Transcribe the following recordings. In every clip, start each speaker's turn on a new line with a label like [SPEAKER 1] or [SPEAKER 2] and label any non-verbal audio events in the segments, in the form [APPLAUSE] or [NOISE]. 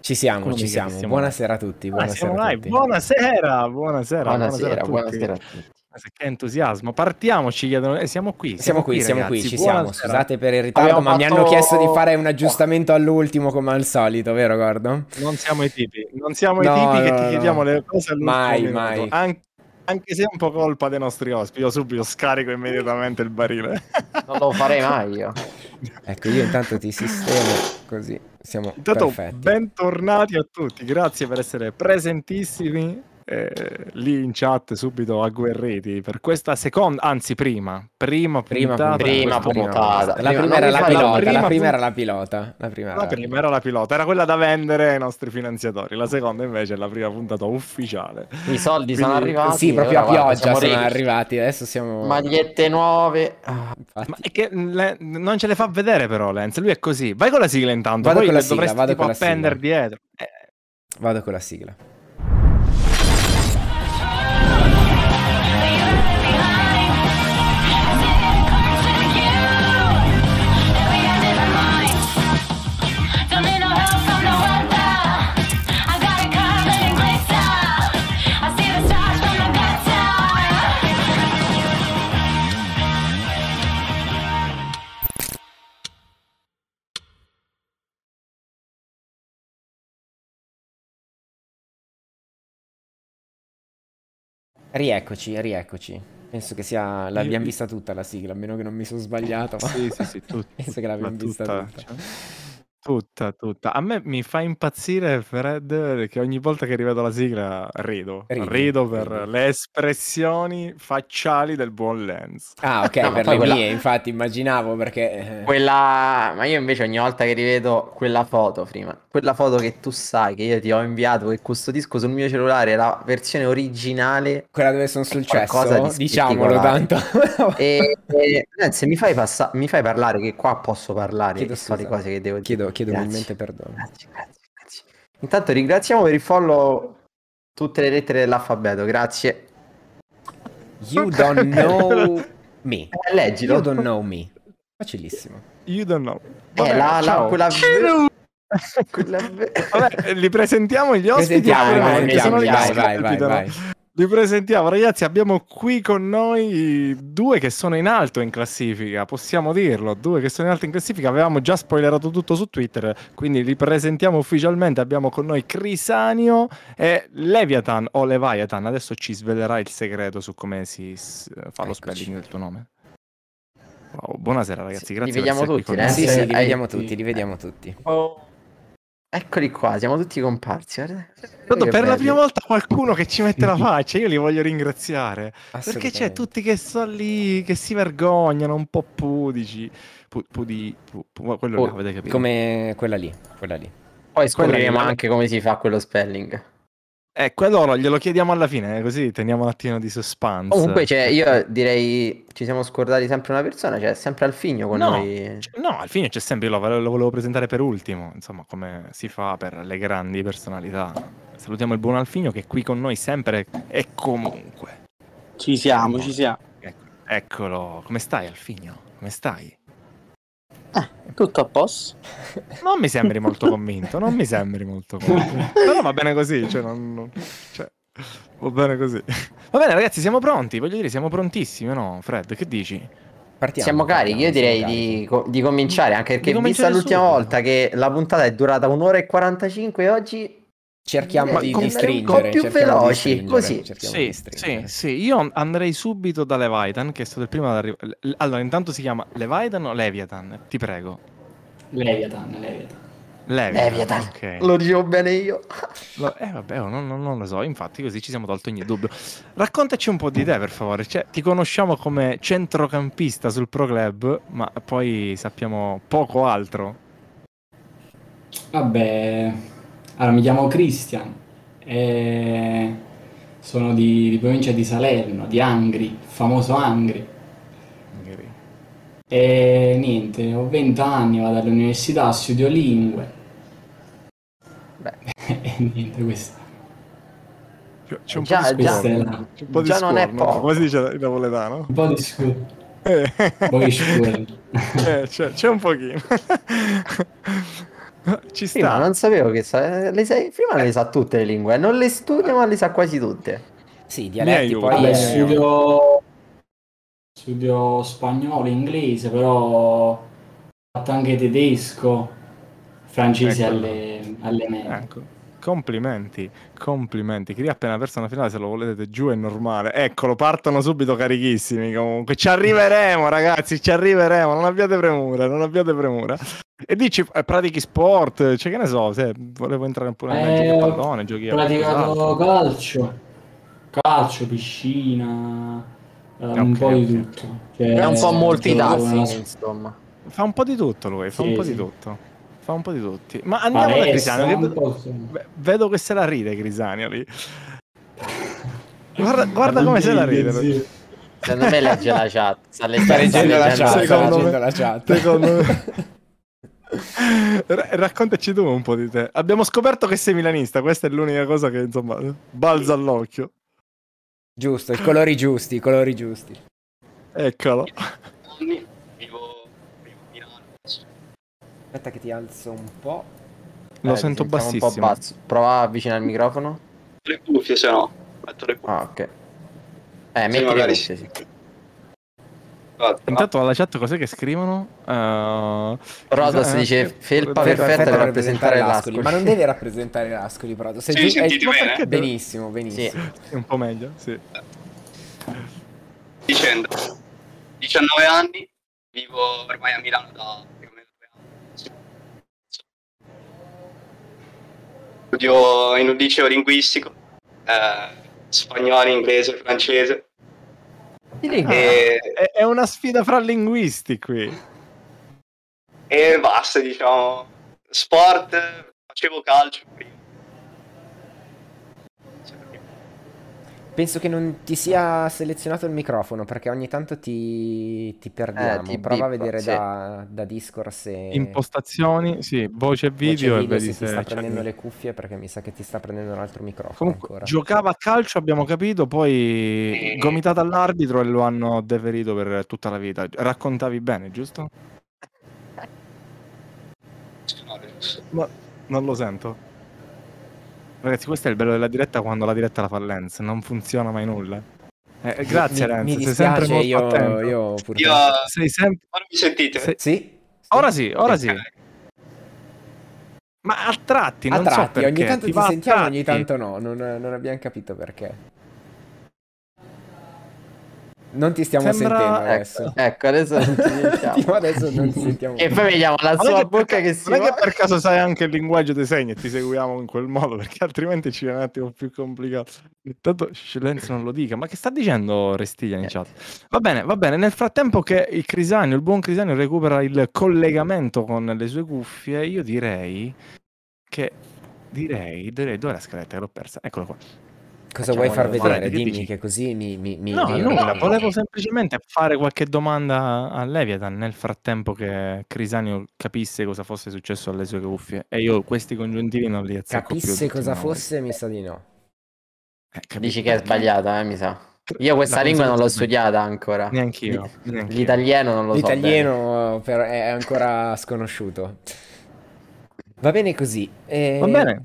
[SPEAKER 1] Ci siamo,
[SPEAKER 2] Come
[SPEAKER 1] ci
[SPEAKER 2] mica che
[SPEAKER 1] siamo.
[SPEAKER 2] siamo
[SPEAKER 1] Buonasera a tutti.
[SPEAKER 2] Ah,
[SPEAKER 1] Buonasera
[SPEAKER 2] siamo
[SPEAKER 1] a
[SPEAKER 2] live.
[SPEAKER 1] tutti.
[SPEAKER 2] Buonasera, buonasera,
[SPEAKER 3] Buonasera,
[SPEAKER 2] a tutti.
[SPEAKER 3] buonasera a tutti.
[SPEAKER 2] Ma Che entusiasmo. Partiamo, ci chiedono. eh, siamo qui.
[SPEAKER 1] Siamo qui, siamo
[SPEAKER 2] ragazzi.
[SPEAKER 1] qui, ci siamo.
[SPEAKER 2] Buonasera.
[SPEAKER 1] Scusate per il ritardo,
[SPEAKER 3] Abbiamo
[SPEAKER 1] ma mi
[SPEAKER 3] fatto-
[SPEAKER 1] hanno chiesto di fare un aggiustamento all'ultimo come al solito, vero Gordon?
[SPEAKER 2] Non siamo i tipi, non siamo
[SPEAKER 1] No,
[SPEAKER 2] i tipi che
[SPEAKER 1] no,
[SPEAKER 2] ti
[SPEAKER 1] no.
[SPEAKER 2] chiediamo le cose all'ultimo
[SPEAKER 1] Mai,
[SPEAKER 2] minuto.
[SPEAKER 1] mai.
[SPEAKER 2] An- anche se è un po' colpa dei nostri ospiti, io subito scarico immediatamente il barile.
[SPEAKER 3] [LAUGHS] Non lo farei mai io.
[SPEAKER 1] Ecco, io intanto
[SPEAKER 2] [LAUGHS]
[SPEAKER 1] ti sistemo così siamo
[SPEAKER 2] Intanto,
[SPEAKER 1] perfetti.
[SPEAKER 2] bentornati a tutti, grazie per essere presentissimi eh, lì in chat subito agguerriti per questa seconda, anzi prima, prima
[SPEAKER 1] Prima
[SPEAKER 2] puntata.
[SPEAKER 1] puntata.
[SPEAKER 3] Prima
[SPEAKER 2] questo podcast.
[SPEAKER 3] puntata.
[SPEAKER 1] La
[SPEAKER 3] Prima-
[SPEAKER 1] prima
[SPEAKER 3] non
[SPEAKER 1] era
[SPEAKER 3] mi
[SPEAKER 1] la
[SPEAKER 3] fai la
[SPEAKER 1] pilota,
[SPEAKER 2] prima
[SPEAKER 1] la prima
[SPEAKER 2] punt-
[SPEAKER 1] era la pilota, la prima era
[SPEAKER 2] La
[SPEAKER 1] la
[SPEAKER 2] prima era la pilota, era quella da vendere ai nostri finanziatori, la seconda invece è la prima puntata ufficiale.
[SPEAKER 3] I soldi sono
[SPEAKER 2] Quindi-
[SPEAKER 3] arrivati.
[SPEAKER 1] Sì, proprio
[SPEAKER 3] ora
[SPEAKER 1] a
[SPEAKER 3] guarda,
[SPEAKER 1] pioggia
[SPEAKER 3] siamo
[SPEAKER 1] sono
[SPEAKER 3] ricchi.
[SPEAKER 1] arrivati, adesso siamo...
[SPEAKER 3] Magliette nuove. Ah,
[SPEAKER 1] Infatti.
[SPEAKER 2] Ma è che mm, le- non ce le fa vedere però Lenz, lui è così. Vai con la sigla intanto,
[SPEAKER 1] Vado
[SPEAKER 2] poi
[SPEAKER 1] con la
[SPEAKER 2] le
[SPEAKER 1] sigla,
[SPEAKER 2] dovresti
[SPEAKER 1] vado
[SPEAKER 2] tipo
[SPEAKER 1] con la sigla.
[SPEAKER 2] appendere dietro. Eh,
[SPEAKER 1] Vado con la sigla.
[SPEAKER 4] Don't need no help from the weather. I got a car that in glitter. I see the stars from the gutter.
[SPEAKER 1] Rieccoci, rieccoci. Penso che sia...
[SPEAKER 2] Io-
[SPEAKER 1] l'abbiamo
[SPEAKER 2] io-
[SPEAKER 1] vista tutta la sigla, a meno che non mi sono sbagliato. ma-
[SPEAKER 2] sì, sì, sì,
[SPEAKER 1] [LAUGHS]
[SPEAKER 2] tut-
[SPEAKER 1] Penso che l'abbiamo
[SPEAKER 2] tutta,
[SPEAKER 1] vista
[SPEAKER 2] tutta,
[SPEAKER 1] tutta.
[SPEAKER 2] cioè, tutta, tutta. A me mi fa impazzire Fred che ogni volta che rivedo la sigla rido.
[SPEAKER 1] Ridi,
[SPEAKER 2] Rido, per
[SPEAKER 1] ridi.
[SPEAKER 2] le espressioni facciali del buon Lenz.
[SPEAKER 1] Ah, ok,
[SPEAKER 3] No, ma
[SPEAKER 1] per
[SPEAKER 3] poi
[SPEAKER 1] le
[SPEAKER 3] quella-
[SPEAKER 1] mie, infatti immaginavo perché... eh,
[SPEAKER 3] Quella. Ma io invece ogni volta che rivedo quella foto prima, quella foto che tu sai che io ti ho inviato, che custodisco sul mio cellulare, la versione
[SPEAKER 1] [LAUGHS]
[SPEAKER 3] originale.
[SPEAKER 1] Quella dove sono sul
[SPEAKER 3] Qualcosa
[SPEAKER 1] cesso,
[SPEAKER 3] di
[SPEAKER 1] diciamolo tanto.
[SPEAKER 3] E, e Lenz, mi fai, passa- mi fai parlare, che qua posso parlare
[SPEAKER 1] Chiedo
[SPEAKER 3] e so le
[SPEAKER 1] scusa.
[SPEAKER 3] cose che devo dire.
[SPEAKER 1] [LAUGHS] Chiedo, chiedo
[SPEAKER 3] Grazie.
[SPEAKER 1] umilmente perdono.
[SPEAKER 3] Grazie, grazie, grazie. Intanto ringraziamo per il follow tutte le lettere dell'alfabeto, grazie.
[SPEAKER 1] You don't
[SPEAKER 3] [LAUGHS]
[SPEAKER 1] know me.
[SPEAKER 3] Eh, leggilo.
[SPEAKER 1] You don't know me. Facilissimo.
[SPEAKER 2] You don't know.
[SPEAKER 3] Eh,
[SPEAKER 2] Vabbè,
[SPEAKER 3] la, la,
[SPEAKER 2] ciao.
[SPEAKER 3] quella... v- quella v-
[SPEAKER 2] Vabbè, li presentiamo gli ospiti.
[SPEAKER 1] Presentiamo,
[SPEAKER 3] dai,
[SPEAKER 2] Allora,
[SPEAKER 3] dai,
[SPEAKER 2] che sono
[SPEAKER 1] presentiamo,
[SPEAKER 2] gli
[SPEAKER 1] vai, vai,
[SPEAKER 3] dai,
[SPEAKER 1] vai,
[SPEAKER 2] ospiti della-
[SPEAKER 1] vai.
[SPEAKER 2] Li presentiamo, ragazzi. Abbiamo qui con noi due che sono in alto in classifica, possiamo dirlo. Due che sono in alto in classifica. Avevamo già spoilerato tutto su Twitter, quindi li presentiamo ufficialmente. Abbiamo con noi Crisanio e Leviathan o Leviathan. Adesso ci svelerai il segreto su come si s- fa lo
[SPEAKER 1] Eccoci.
[SPEAKER 2] spelling del tuo nome. Wow, buonasera, ragazzi.
[SPEAKER 3] Sì,
[SPEAKER 2] Grazie
[SPEAKER 3] li vediamo
[SPEAKER 2] per essere qui
[SPEAKER 3] tutti,
[SPEAKER 2] con
[SPEAKER 3] eh?
[SPEAKER 2] noi.
[SPEAKER 1] Sì, sì, li
[SPEAKER 3] Hai-
[SPEAKER 1] vediamo tutti, li vediamo tutti.
[SPEAKER 3] Eccoli qua, siamo tutti comparsi. guarda.
[SPEAKER 2] Tanto
[SPEAKER 3] Che
[SPEAKER 2] per la
[SPEAKER 3] belli.
[SPEAKER 2] prima volta qualcuno che ci mette la faccia, io li voglio ringraziare. Perché c'è
[SPEAKER 1] Assolutamente.
[SPEAKER 2] tutti che sono lì, che si vergognano, un po' pudici. Pu- pudi, pu- pu- quello
[SPEAKER 3] Oh,
[SPEAKER 2] là, avete capito?
[SPEAKER 1] Come quella lì, quella lì.
[SPEAKER 3] Poi scopriremo
[SPEAKER 2] Quella-
[SPEAKER 3] anche come si fa quello spelling.
[SPEAKER 2] Ecco, allora glielo chiediamo alla fine, eh, così teniamo un attimo di suspense.
[SPEAKER 3] Comunque c'è, io direi ci siamo scordati sempre una persona, c'è sempre Alfigno con
[SPEAKER 2] No.
[SPEAKER 3] noi.
[SPEAKER 2] Cioè, No, al fine c'è sempre, io lo, lo volevo presentare per ultimo, insomma, come si fa per le grandi personalità. Salutiamo il buon Alfigno che è qui con noi sempre e comunque.
[SPEAKER 5] Ci siamo, ci siamo.
[SPEAKER 2] Ecco- eccolo, come stai Alfigno? Come stai? cioè,
[SPEAKER 5] Tutto a posto.
[SPEAKER 2] Non mi sembri molto convinto, non mi sembri molto convinto. Però va bene così, cioè, non- non- cioè, va bene così. Va bene ragazzi, siamo pronti, voglio dire, siamo prontissimi, no? Fred, che dici?
[SPEAKER 1] Partiamo.
[SPEAKER 3] Siamo
[SPEAKER 1] partiamo,
[SPEAKER 3] carichi, io direi
[SPEAKER 1] siamo
[SPEAKER 3] di, co- di cominciare, anche perché vista
[SPEAKER 2] cominciare
[SPEAKER 3] l'ultima
[SPEAKER 2] subito.
[SPEAKER 3] volta che la puntata è durata un'ora e 45 oggi
[SPEAKER 2] Eh,
[SPEAKER 1] carichi. Cerchiamo
[SPEAKER 3] Ma
[SPEAKER 1] di,
[SPEAKER 3] con-
[SPEAKER 1] di
[SPEAKER 3] un po'
[SPEAKER 1] stringere.
[SPEAKER 3] più
[SPEAKER 1] cerchiamo di
[SPEAKER 3] veloci,
[SPEAKER 1] stringere,
[SPEAKER 3] così.
[SPEAKER 1] cerchiamo
[SPEAKER 2] Sì,
[SPEAKER 1] di
[SPEAKER 2] sì,
[SPEAKER 1] stringere.
[SPEAKER 2] sì, io andrei subito da Leviathan, che è stato il primo ad arrivare. Allora, intanto si chiama Leviathan o Leviathan? Ti prego.
[SPEAKER 5] Leviathan, Leviathan.
[SPEAKER 2] Leviathan.
[SPEAKER 3] Leviathan.
[SPEAKER 2] ok.
[SPEAKER 3] Lo dicevo bene io.
[SPEAKER 2] Lo- eh vabbè, oh, non, non- non lo so, infatti così ci siamo tolti ogni dubbio. Raccontaci un po' di te per favore, cioè, ti conosciamo come centrocampista sul Pro Club, ma poi sappiamo poco altro.
[SPEAKER 5] Vabbè, allora mi chiamo Christian, e sono di, di provincia di Salerno, di Angri, famoso Angri. E niente, ho 20 anni, vado all'università, studio lingue.
[SPEAKER 3] Beh.
[SPEAKER 5] [LAUGHS] e niente, questo.
[SPEAKER 2] C'è un
[SPEAKER 3] Già-
[SPEAKER 2] po' di
[SPEAKER 3] già-
[SPEAKER 2] scorno, c'è un po' di
[SPEAKER 3] già non è
[SPEAKER 2] scorno,
[SPEAKER 3] poco.
[SPEAKER 2] come si dice in napoletano?
[SPEAKER 5] Un po' di scuola,
[SPEAKER 2] Eh,
[SPEAKER 5] un po' di scuola.
[SPEAKER 2] eh, c'è, c'è un pochino. [LAUGHS] Ci sta.
[SPEAKER 3] Prima non sapevo che sa... le sa- prima le sa tutte le lingue, eh. non le studia ma le sa quasi tutte.
[SPEAKER 1] Sì, dialetti,
[SPEAKER 2] aiuta.
[SPEAKER 1] poi...
[SPEAKER 5] Vabbè,
[SPEAKER 1] eh,
[SPEAKER 5] studio, studio spagnolo, inglese, però ho fatto anche tedesco, francese
[SPEAKER 2] Ecco.
[SPEAKER 5] alle, alle medie.
[SPEAKER 2] Ecco. Complimenti, complimenti. Chi ha appena perso una finale, se lo volete giù è normale. Eccolo, partono subito carichissimi. Comunque, ci arriveremo, ragazzi. Ci arriveremo. Non abbiate premura, non abbiate premura. E dici, eh, pratichi sport? Cioè, che ne so, se volevo entrare un po' nel
[SPEAKER 5] Eh,
[SPEAKER 2] giochi a pallone, giochi
[SPEAKER 5] Ho
[SPEAKER 2] a
[SPEAKER 5] praticato
[SPEAKER 2] cos'altro.
[SPEAKER 5] calcio, calcio, piscina, eh, un
[SPEAKER 2] Ok,
[SPEAKER 5] po' di
[SPEAKER 2] ok.
[SPEAKER 5] tutto. Cioè,
[SPEAKER 3] È un po' molti tassi,
[SPEAKER 5] giocavo-
[SPEAKER 3] insomma.
[SPEAKER 2] Fa un po' di tutto lui, fa
[SPEAKER 5] Sì,
[SPEAKER 2] un po'
[SPEAKER 5] sì.
[SPEAKER 2] di tutto. Fa un po' di tutti. Ma andiamo da
[SPEAKER 5] Palestra,
[SPEAKER 2] Cristiano. che-
[SPEAKER 5] un po' di-
[SPEAKER 2] Beh, vedo che se la ride Crisanio lì. Guarda, guarda come se la ride.
[SPEAKER 5] Sì.
[SPEAKER 3] Secondo me legge la chat. Sta leggendo,
[SPEAKER 1] Sta leggendo la
[SPEAKER 2] leggendo
[SPEAKER 1] chat,
[SPEAKER 2] la
[SPEAKER 1] sta
[SPEAKER 2] chat.
[SPEAKER 1] leggendo la chat.
[SPEAKER 2] Secondo me. Ra- raccontaci tu un po' di te. Abbiamo scoperto che sei milanista, questa è l'unica cosa che insomma balza all'occhio.
[SPEAKER 1] [LAUGHS] Giusto, i colori giusti, i colori giusti.
[SPEAKER 2] Eccolo.
[SPEAKER 6] anni, vivo, vivo a Milano.
[SPEAKER 1] Aspetta che ti alzo un po'.
[SPEAKER 2] Lo
[SPEAKER 3] Eh,
[SPEAKER 2] sento
[SPEAKER 3] ti sentiamo un po'
[SPEAKER 2] bassissimo.
[SPEAKER 3] basso. Prova a avvicinare il microfono.
[SPEAKER 6] Le cuffie se no, metto le cuffie.
[SPEAKER 3] Ah, ok. Eh,
[SPEAKER 6] Sì,
[SPEAKER 3] metti le
[SPEAKER 6] magari
[SPEAKER 3] cuffie, sì.
[SPEAKER 6] Guarda,
[SPEAKER 2] Intanto alla chat cos'è che scrivono? Eh,
[SPEAKER 3] Rodos
[SPEAKER 2] eh,
[SPEAKER 3] dice,
[SPEAKER 2] sì.
[SPEAKER 3] felpa
[SPEAKER 2] Vabbè,
[SPEAKER 3] perfetta
[SPEAKER 2] vabbè,
[SPEAKER 3] per
[SPEAKER 2] vabbè.
[SPEAKER 3] rappresentare l'Ascoli.
[SPEAKER 1] Ma non deve rappresentare l'Ascoli, però. Sei
[SPEAKER 6] Sì,
[SPEAKER 1] giu-
[SPEAKER 6] sentite
[SPEAKER 1] eh,
[SPEAKER 6] bene?
[SPEAKER 1] Benissimo, benissimo.
[SPEAKER 3] Sì.
[SPEAKER 2] Un po' meglio, sì.
[SPEAKER 6] dicendo, 19 anni, vivo ormai a Milano da più o meno due anni. Studio in un liceo linguistico, eh, spagnolo, inglese, francese.
[SPEAKER 3] Di lingua.
[SPEAKER 6] E,
[SPEAKER 2] È, è una sfida fra linguisti qui.
[SPEAKER 6] e basta, diciamo. Sport, facevo calcio prima.
[SPEAKER 1] Penso che non ti sia selezionato il microfono perché ogni tanto ti, ti perdiamo.
[SPEAKER 3] Eh, ti
[SPEAKER 1] Prova a
[SPEAKER 3] bippa,
[SPEAKER 1] vedere
[SPEAKER 3] sì.
[SPEAKER 1] da, da Discord se
[SPEAKER 2] Impostazioni, sì, voce
[SPEAKER 1] voce
[SPEAKER 2] e video, Cioè, e
[SPEAKER 1] video
[SPEAKER 2] vedi
[SPEAKER 1] se ti sta
[SPEAKER 2] c'è-
[SPEAKER 1] prendendo le cuffie perché mi sa che ti sta prendendo un altro microfono
[SPEAKER 2] Comunque
[SPEAKER 1] ancora.
[SPEAKER 2] giocava a calcio, abbiamo capito, poi
[SPEAKER 6] Sì.
[SPEAKER 2] gomitata all'arbitro e lo hanno deferito per tutta la vita. Raccontavi bene, giusto? Ma non lo sento. Ragazzi, questo è il bello della diretta quando la diretta la fa Lenz, non funziona mai nulla. Eh,
[SPEAKER 1] Mi-
[SPEAKER 2] grazie
[SPEAKER 1] mi,
[SPEAKER 2] Lenz,
[SPEAKER 1] mi
[SPEAKER 2] sei sempre
[SPEAKER 1] dispiace,
[SPEAKER 2] molto
[SPEAKER 1] io,
[SPEAKER 2] attento.
[SPEAKER 1] io
[SPEAKER 6] Io,
[SPEAKER 1] purtroppo.
[SPEAKER 6] ora
[SPEAKER 2] Sei sempre...
[SPEAKER 6] mi sentite?
[SPEAKER 2] sei-
[SPEAKER 1] Sì?
[SPEAKER 2] Ora sì, ora sì.
[SPEAKER 6] Ok.
[SPEAKER 2] Ma a tratti,
[SPEAKER 1] A
[SPEAKER 2] non so
[SPEAKER 1] tratti,
[SPEAKER 2] perché.
[SPEAKER 1] ogni tanto ti
[SPEAKER 2] va a
[SPEAKER 1] sentiamo, ogni
[SPEAKER 2] tratti.
[SPEAKER 1] tanto no, non, non abbiamo capito perché. Non ti stiamo
[SPEAKER 2] Sembra-
[SPEAKER 1] sentendo
[SPEAKER 2] Ecco.
[SPEAKER 1] adesso.
[SPEAKER 2] [LAUGHS]
[SPEAKER 3] Ecco, adesso non ci
[SPEAKER 1] Tipo
[SPEAKER 3] sentiamo.
[SPEAKER 1] adesso non ti [LAUGHS] sentiamo.
[SPEAKER 3] e poi vediamo la
[SPEAKER 2] Non è,
[SPEAKER 3] sua
[SPEAKER 2] che
[SPEAKER 3] bocca
[SPEAKER 2] per,
[SPEAKER 3] che
[SPEAKER 2] non
[SPEAKER 3] si
[SPEAKER 2] è che
[SPEAKER 3] muove.
[SPEAKER 2] per caso sai anche il linguaggio dei segni e ti seguiamo in quel modo, perché altrimenti ci viene un attimo più complicato. Intanto shh, Lenz non lo dica, ma che sta dicendo Restiglia
[SPEAKER 3] Eh.
[SPEAKER 2] in chat? Va bene, va bene. Nel frattempo che il Crisanio, il buon Crisanio recupera il collegamento con le sue cuffie, io direi che direi, direi dove è la scaletta che l'ho persa? Eccola qua.
[SPEAKER 1] Cosa vuoi far
[SPEAKER 3] Facciamo
[SPEAKER 1] vedere?
[SPEAKER 2] una- Guarda, che
[SPEAKER 1] Dimmi
[SPEAKER 2] dici?
[SPEAKER 1] che così mi... mi, mi
[SPEAKER 2] No,
[SPEAKER 1] mi-
[SPEAKER 2] nulla, volevo semplicemente fare qualche domanda a Leviathan nel frattempo che Crisanio capisse cosa fosse successo alle sue cuffie e io questi congiuntivi non li azzecco più
[SPEAKER 1] Capisse
[SPEAKER 2] tutti,
[SPEAKER 1] cosa
[SPEAKER 2] no.
[SPEAKER 1] fosse, mi sa di no.
[SPEAKER 2] Eh, capi-
[SPEAKER 3] Dici che è sbagliata, eh, mi sa. Io
[SPEAKER 2] La
[SPEAKER 3] questa lingua non l'ho
[SPEAKER 2] consapevolezza-
[SPEAKER 3] studiata ancora.
[SPEAKER 2] Neanch'io, neanch'io.
[SPEAKER 3] L'italiano non lo so. bene.
[SPEAKER 1] L'italiano per- è ancora sconosciuto. Va bene così. eh,
[SPEAKER 2] Va bene,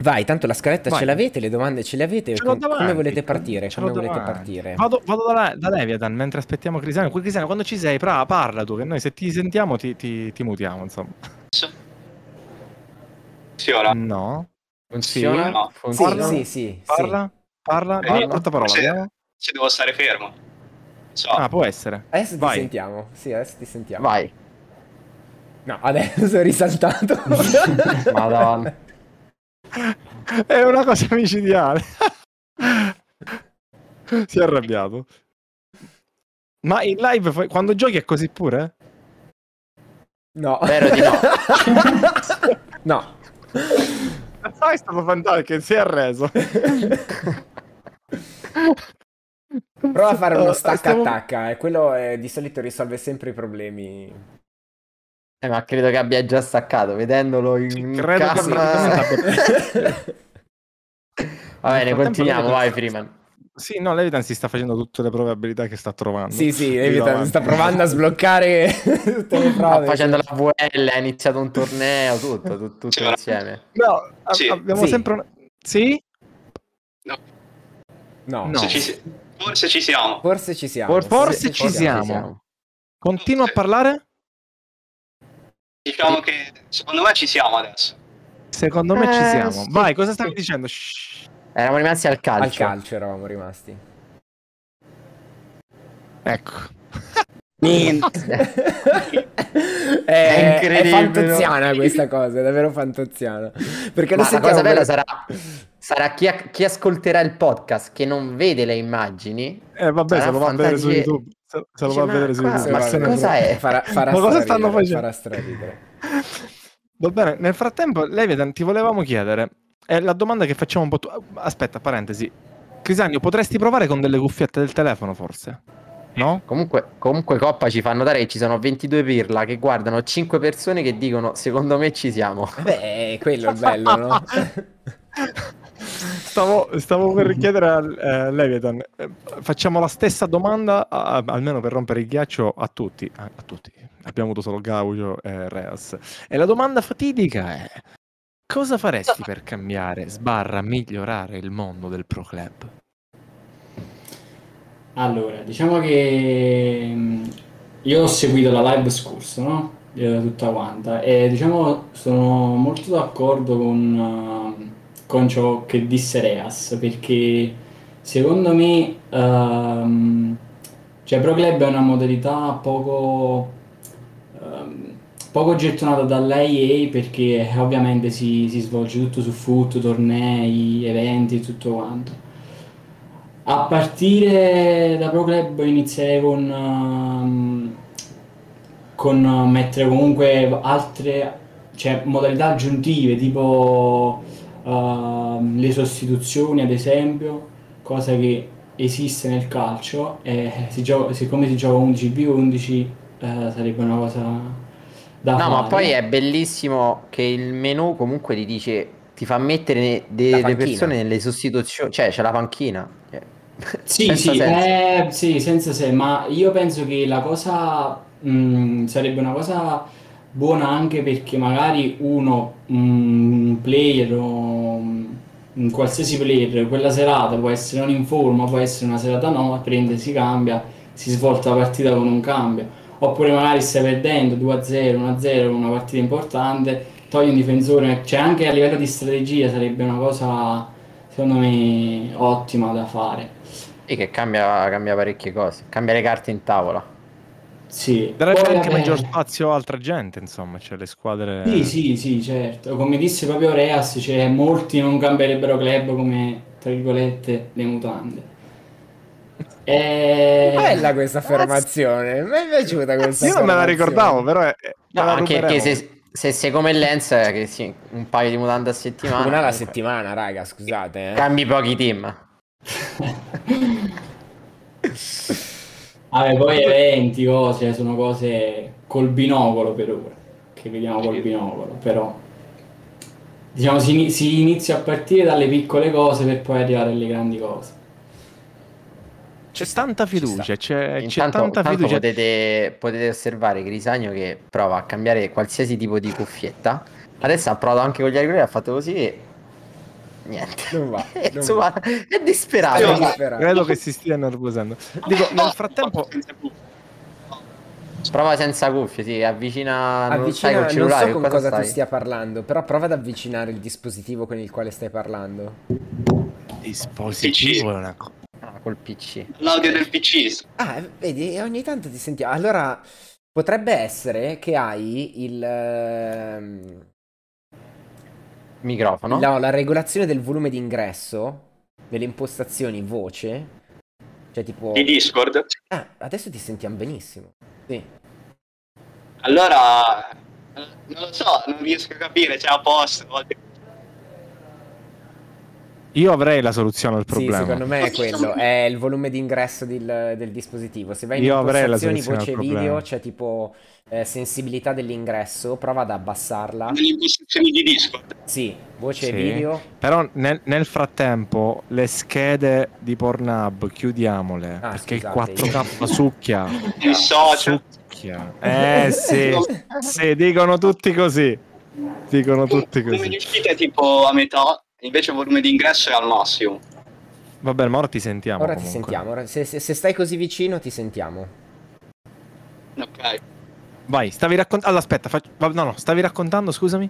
[SPEAKER 1] Vai, tanto la scaletta
[SPEAKER 2] Vai.
[SPEAKER 1] ce l'avete, le domande ce le avete.
[SPEAKER 2] ce l'ho
[SPEAKER 1] com-
[SPEAKER 2] davanti.
[SPEAKER 1] Eh, come volete partire?
[SPEAKER 2] ce l'ho
[SPEAKER 1] Come volete
[SPEAKER 2] davanti.
[SPEAKER 1] partire?
[SPEAKER 2] Vado, vado da, da Leviathan mentre aspettiamo Crisanio. Quel Crisanio, quando ci sei, pra- parla tu, che noi se ti sentiamo ti, ti- ti mutiamo, insomma.
[SPEAKER 6] Sì, ora.
[SPEAKER 2] No?
[SPEAKER 3] Funziona?
[SPEAKER 2] Sì?
[SPEAKER 6] No.
[SPEAKER 1] Sì,
[SPEAKER 3] Funziona?
[SPEAKER 1] sì, sì,
[SPEAKER 2] Parla? Parla?
[SPEAKER 6] Eh,
[SPEAKER 2] Parla,
[SPEAKER 6] io-
[SPEAKER 2] portaparola,
[SPEAKER 6] forse-
[SPEAKER 2] vediamo.
[SPEAKER 6] Se devo stare fermo. Non So.
[SPEAKER 2] Ah, può essere.
[SPEAKER 1] sì. Adesso
[SPEAKER 2] Vai.
[SPEAKER 1] ti sentiamo. Sì, adesso ti sentiamo.
[SPEAKER 3] Vai.
[SPEAKER 1] No, adesso è risaltato.
[SPEAKER 2] [LAUGHS]
[SPEAKER 3] Madonna.
[SPEAKER 2] [LAUGHS] È una cosa micidiale. [LAUGHS] si è arrabbiato. Ma in live fai- quando giochi è così pure?
[SPEAKER 1] No.
[SPEAKER 3] Spero di no.
[SPEAKER 1] [LAUGHS] No.
[SPEAKER 2] Ah, è stato fantastico, che si è arreso.
[SPEAKER 1] Prova a fare uno
[SPEAKER 2] Allora, stiamo-
[SPEAKER 1] stacca-attacca. eh, Quello eh, di solito risolve sempre i problemi.
[SPEAKER 3] Eh, ma credo che abbia già staccato, vedendolo in
[SPEAKER 2] credo che
[SPEAKER 3] cam- [LAUGHS]
[SPEAKER 2] praticamente
[SPEAKER 3] Va bene,
[SPEAKER 2] Nel frattempo
[SPEAKER 3] continuiamo,
[SPEAKER 2] lui-
[SPEAKER 3] vai Freeman.
[SPEAKER 2] Sì, no, Levitan si sta facendo tutte le probabilità che sta trovando.
[SPEAKER 1] Sì, sì,
[SPEAKER 2] Io
[SPEAKER 1] evita,
[SPEAKER 2] davanti.
[SPEAKER 1] sta provando a sbloccare
[SPEAKER 2] [LAUGHS]
[SPEAKER 1] tutte le
[SPEAKER 3] Sta
[SPEAKER 1] prove.
[SPEAKER 3] facendo la VL, ha iniziato un torneo, tutto, tu- tutto
[SPEAKER 6] Sì, ma-
[SPEAKER 3] insieme.
[SPEAKER 2] No, a-
[SPEAKER 6] Sì.
[SPEAKER 2] abbiamo
[SPEAKER 1] Sì.
[SPEAKER 2] sempre una... Sì?
[SPEAKER 1] No,
[SPEAKER 2] No.
[SPEAKER 6] Se ci si- Forse ci siamo.
[SPEAKER 1] forse ci siamo.
[SPEAKER 2] For- forse ci siamo. Continua a parlare?
[SPEAKER 6] Diciamo che secondo me ci siamo adesso.
[SPEAKER 2] Secondo me ci
[SPEAKER 3] Eh,
[SPEAKER 2] siamo.
[SPEAKER 3] sì.
[SPEAKER 2] Vai, cosa stavi dicendo? Shh.
[SPEAKER 3] Eravamo rimasti al calcio.
[SPEAKER 1] Al calcio eravamo
[SPEAKER 2] [LAUGHS]
[SPEAKER 1] rimasti.
[SPEAKER 2] Ecco.
[SPEAKER 3] [LAUGHS]
[SPEAKER 1] è, è
[SPEAKER 3] incredibile.
[SPEAKER 1] fantoziana questa cosa, è davvero fantoziana. Perché lo
[SPEAKER 3] Ma la
[SPEAKER 1] sentiamo
[SPEAKER 3] cosa bella
[SPEAKER 1] per-
[SPEAKER 3] sarà, sarà chi, chi ascolterà il podcast che non vede le immagini.
[SPEAKER 2] Eh, vabbè,
[SPEAKER 3] Sarà
[SPEAKER 2] se lo va a vedere su
[SPEAKER 3] fantasie-
[SPEAKER 2] YouTube. Se, se lo
[SPEAKER 3] Dice,
[SPEAKER 2] va a
[SPEAKER 3] ma
[SPEAKER 2] vedere su
[SPEAKER 3] qua-
[SPEAKER 2] YouTube.
[SPEAKER 1] ma
[SPEAKER 2] se ne
[SPEAKER 3] cosa
[SPEAKER 2] frega.
[SPEAKER 3] è?
[SPEAKER 1] Farà, farà
[SPEAKER 2] Ma cosa
[SPEAKER 1] straridere,
[SPEAKER 2] stanno facendo?
[SPEAKER 1] farà straridere.
[SPEAKER 2] Va bene, nel frattempo, Levitan, ti volevamo chiedere, è la domanda che facciamo un po' tu... Aspetta, parentesi. Crisagno, potresti provare con delle cuffiette del telefono, forse? No?
[SPEAKER 3] Comunque, comunque Coppa ci fa notare che ci sono 22 pirla che guardano 5 persone che dicono secondo me ci siamo.
[SPEAKER 1] Beh, quello è il bello,
[SPEAKER 2] [LAUGHS]
[SPEAKER 1] no?
[SPEAKER 2] Stavo, stavo per chiedere a eh, Leviathan, eh, facciamo la stessa domanda, a- a- almeno per rompere il ghiaccio, a tutti. A, a tutti. Abbiamo avuto solo Gaudio e Reas. E la domanda fatidica è, cosa faresti per cambiare, sbarra, migliorare il mondo del Pro Club?
[SPEAKER 5] Allora, diciamo che mm, io ho seguito la live scorsa, no? Eh, Tutta quanta, e diciamo sono molto d'accordo con, eh, con ciò che disse Reas, perché secondo me, ehm, cioè Pro Club è una modalità poco, ehm, poco gettonata dall'AIA perché ovviamente si, si svolge tutto su foot, tornei, eventi e tutto quanto. A partire da Pro Club inizierei con, ehm, con eh, mettere comunque altre cioè, modalità aggiuntive tipo ehm, le sostituzioni ad esempio, cosa che esiste nel calcio e si gioca- siccome si gioca 11 più 11 eh, sarebbe una cosa da
[SPEAKER 3] No,
[SPEAKER 5] fare.
[SPEAKER 3] ma poi è bellissimo che il menu comunque ti dice ti fa mettere ne- de-
[SPEAKER 1] La
[SPEAKER 3] le
[SPEAKER 1] panchina.
[SPEAKER 3] persone nelle sostituzioni, cioè c'è la panchina. Cioè,
[SPEAKER 5] Sì,
[SPEAKER 3] senza
[SPEAKER 5] sì,
[SPEAKER 3] senso.
[SPEAKER 5] eh, sì, senza se, ma io penso che la cosa mh, sarebbe una cosa buona anche perché magari uno, mh, un player o mh, un qualsiasi player, quella serata può essere non in forma, può essere una serata no, prende, si cambia, si svolta la partita con un cambio. Oppure magari stai perdendo 2-0, 1-0, una partita importante, togli un difensore, cioè anche a livello di strategia sarebbe una cosa secondo me ottima da fare.
[SPEAKER 3] Sì, che cambia, cambia parecchie cose. Cambia le carte in tavola.
[SPEAKER 5] Sì,
[SPEAKER 2] Darebbe
[SPEAKER 5] poi,
[SPEAKER 2] anche
[SPEAKER 5] vabbè,
[SPEAKER 2] maggior spazio a altra gente, insomma, cioè le squadre...
[SPEAKER 5] Sì, sì, sì, certo. Come disse proprio Reas, cioè, molti non cambierebbero club come, tra virgolette, le mutande. Eh, E...
[SPEAKER 1] Bella questa affermazione, mi è piaciuta questa
[SPEAKER 2] Io non me la
[SPEAKER 1] affermazione.
[SPEAKER 2] ricordavo, però... È, è-
[SPEAKER 3] No,
[SPEAKER 2] me la
[SPEAKER 3] anche perché
[SPEAKER 2] ruberemo.
[SPEAKER 3] se, se sei come Lenz, eh, che sì, un paio di mutande a settimana.
[SPEAKER 1] Una alla
[SPEAKER 3] comunque,
[SPEAKER 1] settimana, raga, scusate. eh.
[SPEAKER 3] Cambi pochi team.
[SPEAKER 5] Vabbè, poi eventi, cose, sono cose col binocolo per ora, che vediamo col binocolo, però diciamo si, ini- si inizia a partire dalle piccole cose per poi arrivare alle grandi cose.
[SPEAKER 2] C'è tanta fiducia,
[SPEAKER 1] sta.
[SPEAKER 2] c'è, Eh, c'è
[SPEAKER 3] Intanto,
[SPEAKER 2] tanta
[SPEAKER 3] intanto
[SPEAKER 2] fiducia.
[SPEAKER 3] potete, potete osservare Crisagno che prova a cambiare qualsiasi tipo di cuffietta. Adesso ha provato anche con gli auricolari, ha fatto così e niente.
[SPEAKER 1] Non
[SPEAKER 3] [LAUGHS]
[SPEAKER 1] va,
[SPEAKER 3] E
[SPEAKER 1] non
[SPEAKER 3] Insomma, è disperato.
[SPEAKER 1] Stavo
[SPEAKER 6] Sì,
[SPEAKER 3] Prova-
[SPEAKER 1] disperando.
[SPEAKER 2] Credo che si stia nervosando. Dico,
[SPEAKER 6] [LAUGHS]
[SPEAKER 2] nel frattempo...
[SPEAKER 3] Prova senza cuffie, sì, avvicina, Ah, non
[SPEAKER 1] Avvicina,
[SPEAKER 3] stai col
[SPEAKER 1] non
[SPEAKER 3] cellulare,
[SPEAKER 1] so con
[SPEAKER 3] cosa
[SPEAKER 1] cosa tu
[SPEAKER 3] stai?
[SPEAKER 1] stia parlando, però prova ad avvicinare il dispositivo con il quale stai parlando.
[SPEAKER 2] Dispositivo è una cosa...
[SPEAKER 3] Ah, col PC.
[SPEAKER 6] L'audio del PC.
[SPEAKER 1] Ah, vedi, ogni tanto ti sentiamo. Allora, potrebbe essere che hai il... ehm,
[SPEAKER 3] Microfono.
[SPEAKER 1] No, la regolazione del volume d'ingresso, delle impostazioni voce, cioè tipo...
[SPEAKER 6] Di Discord.
[SPEAKER 1] Ah, adesso ti sentiamo benissimo. Sì.
[SPEAKER 6] Allora, eh, cioè, non lo so, non riesco a capire, c'è a posto. a volte-
[SPEAKER 2] Io avrei la soluzione al
[SPEAKER 1] Sì,
[SPEAKER 2] problema.
[SPEAKER 1] secondo me è
[SPEAKER 3] diciamo
[SPEAKER 1] quello, è il volume d'ingresso del, del dispositivo. Se vai in
[SPEAKER 2] Io avrei la
[SPEAKER 1] impostazioni
[SPEAKER 2] soluzione al
[SPEAKER 1] voce
[SPEAKER 2] problema.
[SPEAKER 1] video, c'è tipo eh, sensibilità dell'ingresso, prova ad
[SPEAKER 2] Ah.
[SPEAKER 1] abbassarla.
[SPEAKER 6] Nelle impostazioni di Discord.
[SPEAKER 1] Sì, voce
[SPEAKER 2] Sì.
[SPEAKER 1] video.
[SPEAKER 2] Però nel, nel frattempo le schede di Pornhub chiudiamole
[SPEAKER 1] Ah,
[SPEAKER 2] perché il
[SPEAKER 1] scusate,
[SPEAKER 2] 4K succhia.
[SPEAKER 6] [LAUGHS] Il social.
[SPEAKER 2] Succhia. Eh sì, sì, dicono tutti così. Dicono tutti
[SPEAKER 6] Il volume di
[SPEAKER 2] così.
[SPEAKER 6] uscita è tipo a metà, invece il volume di ingresso è al massimo.
[SPEAKER 2] Vabbè, ma ora ti sentiamo.
[SPEAKER 1] Ora ti
[SPEAKER 2] comunque.
[SPEAKER 1] sentiamo, ora- se, se- se stai così vicino ti sentiamo.
[SPEAKER 6] Ok.
[SPEAKER 2] Vai, stavi raccontando. Allora, aspetta, faccio- va- no, no, stavi raccontando, scusami.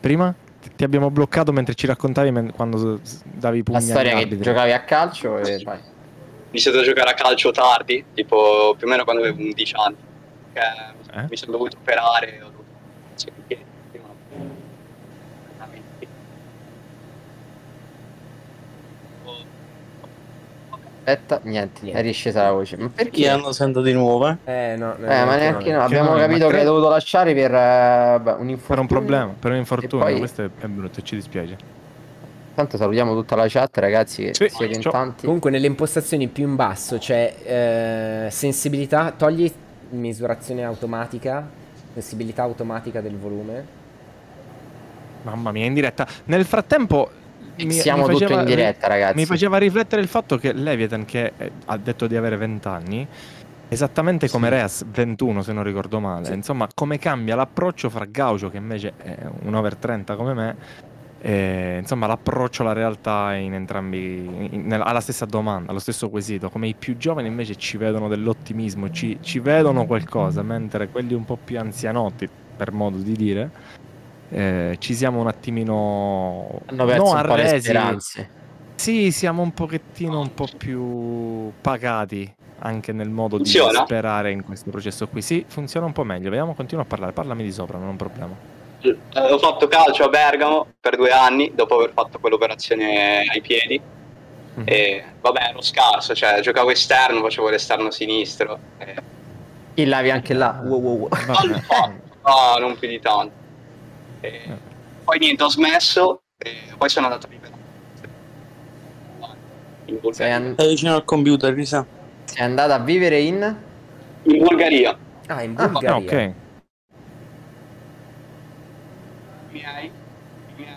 [SPEAKER 2] Prima ti, ti abbiamo bloccato mentre ci raccontavi men- quando s- s- davi i pugni
[SPEAKER 3] La storia
[SPEAKER 2] agli
[SPEAKER 3] che
[SPEAKER 2] arbitri.
[SPEAKER 3] giocavi a calcio e vai.
[SPEAKER 6] Mi siete a giocare a calcio tardi, tipo più o meno quando avevo 11 anni. Perché
[SPEAKER 2] Eh?
[SPEAKER 6] Mi sono dovuto operare. Ho dovuto... sì, perché prima-
[SPEAKER 3] Aspetta, niente,
[SPEAKER 1] Niente.
[SPEAKER 3] è riscesa la voce. Ma perché?
[SPEAKER 7] Io non sento di nuovo, eh.
[SPEAKER 1] Eh no, no,
[SPEAKER 3] Eh, ma neanche no.
[SPEAKER 2] Che
[SPEAKER 3] Abbiamo
[SPEAKER 2] noi, ma
[SPEAKER 3] capito che
[SPEAKER 2] cre-
[SPEAKER 3] hai dovuto lasciare per eh, beh, un infortunio.
[SPEAKER 2] Per un problema, per un infortunio,
[SPEAKER 3] poi-
[SPEAKER 2] questo è, è brutto, ci dispiace.
[SPEAKER 3] Tanto salutiamo tutta la chat, ragazzi, che
[SPEAKER 2] Sì,
[SPEAKER 3] siete in
[SPEAKER 2] ciao.
[SPEAKER 3] tanti.
[SPEAKER 1] Comunque nelle impostazioni più in basso c'è eh, sensibilità, togli misurazione automatica, sensibilità automatica del volume.
[SPEAKER 2] Mamma mia, in diretta. Nel frattempo. mi-
[SPEAKER 3] Siamo
[SPEAKER 2] mi
[SPEAKER 3] tutto
[SPEAKER 2] faceva-
[SPEAKER 3] in diretta, ragazzi.
[SPEAKER 2] Mi faceva riflettere il fatto che Leviathan, che eh, ha detto di avere 20 anni, esattamente come Reas 21 se non ricordo male, insomma come cambia l'approccio fra Gaucho che invece è un over 30 come me, e, insomma l'approccio alla realtà in entrambi, in- nella- alla stessa domanda, allo stesso quesito, come i più giovani invece ci vedono dell'ottimismo, ci, ci vedono qualcosa, mentre quelli un po' più anzianotti, per modo di dire, eh, ci siamo un attimino...
[SPEAKER 3] Hanno perso
[SPEAKER 2] non
[SPEAKER 3] un po' le
[SPEAKER 2] arresi,
[SPEAKER 3] speranze.
[SPEAKER 2] sì, siamo un pochettino un po' più pagati anche nel modo di
[SPEAKER 6] Funziona?
[SPEAKER 2] sperare in questo processo qui. Sì, funziona un po' meglio. Vediamo, continua a parlare. Parlami di sopra, non è un problema.
[SPEAKER 6] Eh, ho fatto calcio a Bergamo per due anni dopo aver fatto quell'operazione ai piedi.
[SPEAKER 2] Mhm.
[SPEAKER 6] E vabbè, ero scarso, cioè giocavo esterno, facevo l'esterno sinistro. Eh, E...
[SPEAKER 3] Il lavi anche là. Wow, wow, wow.
[SPEAKER 2] Vabbè.
[SPEAKER 6] No, non più di tanto. E Poi niente, ho smesso e poi sono andato a vivere. In
[SPEAKER 3] Sei,
[SPEAKER 6] Bulgaria.
[SPEAKER 3] an-
[SPEAKER 7] Stai vicino al computer, Risa.
[SPEAKER 3] sei andata a vivere in...
[SPEAKER 6] In Bulgaria.
[SPEAKER 1] Ah, in
[SPEAKER 3] Ah,
[SPEAKER 2] Ah,
[SPEAKER 1] Bulgaria.
[SPEAKER 2] ok.
[SPEAKER 6] I miei, i miei,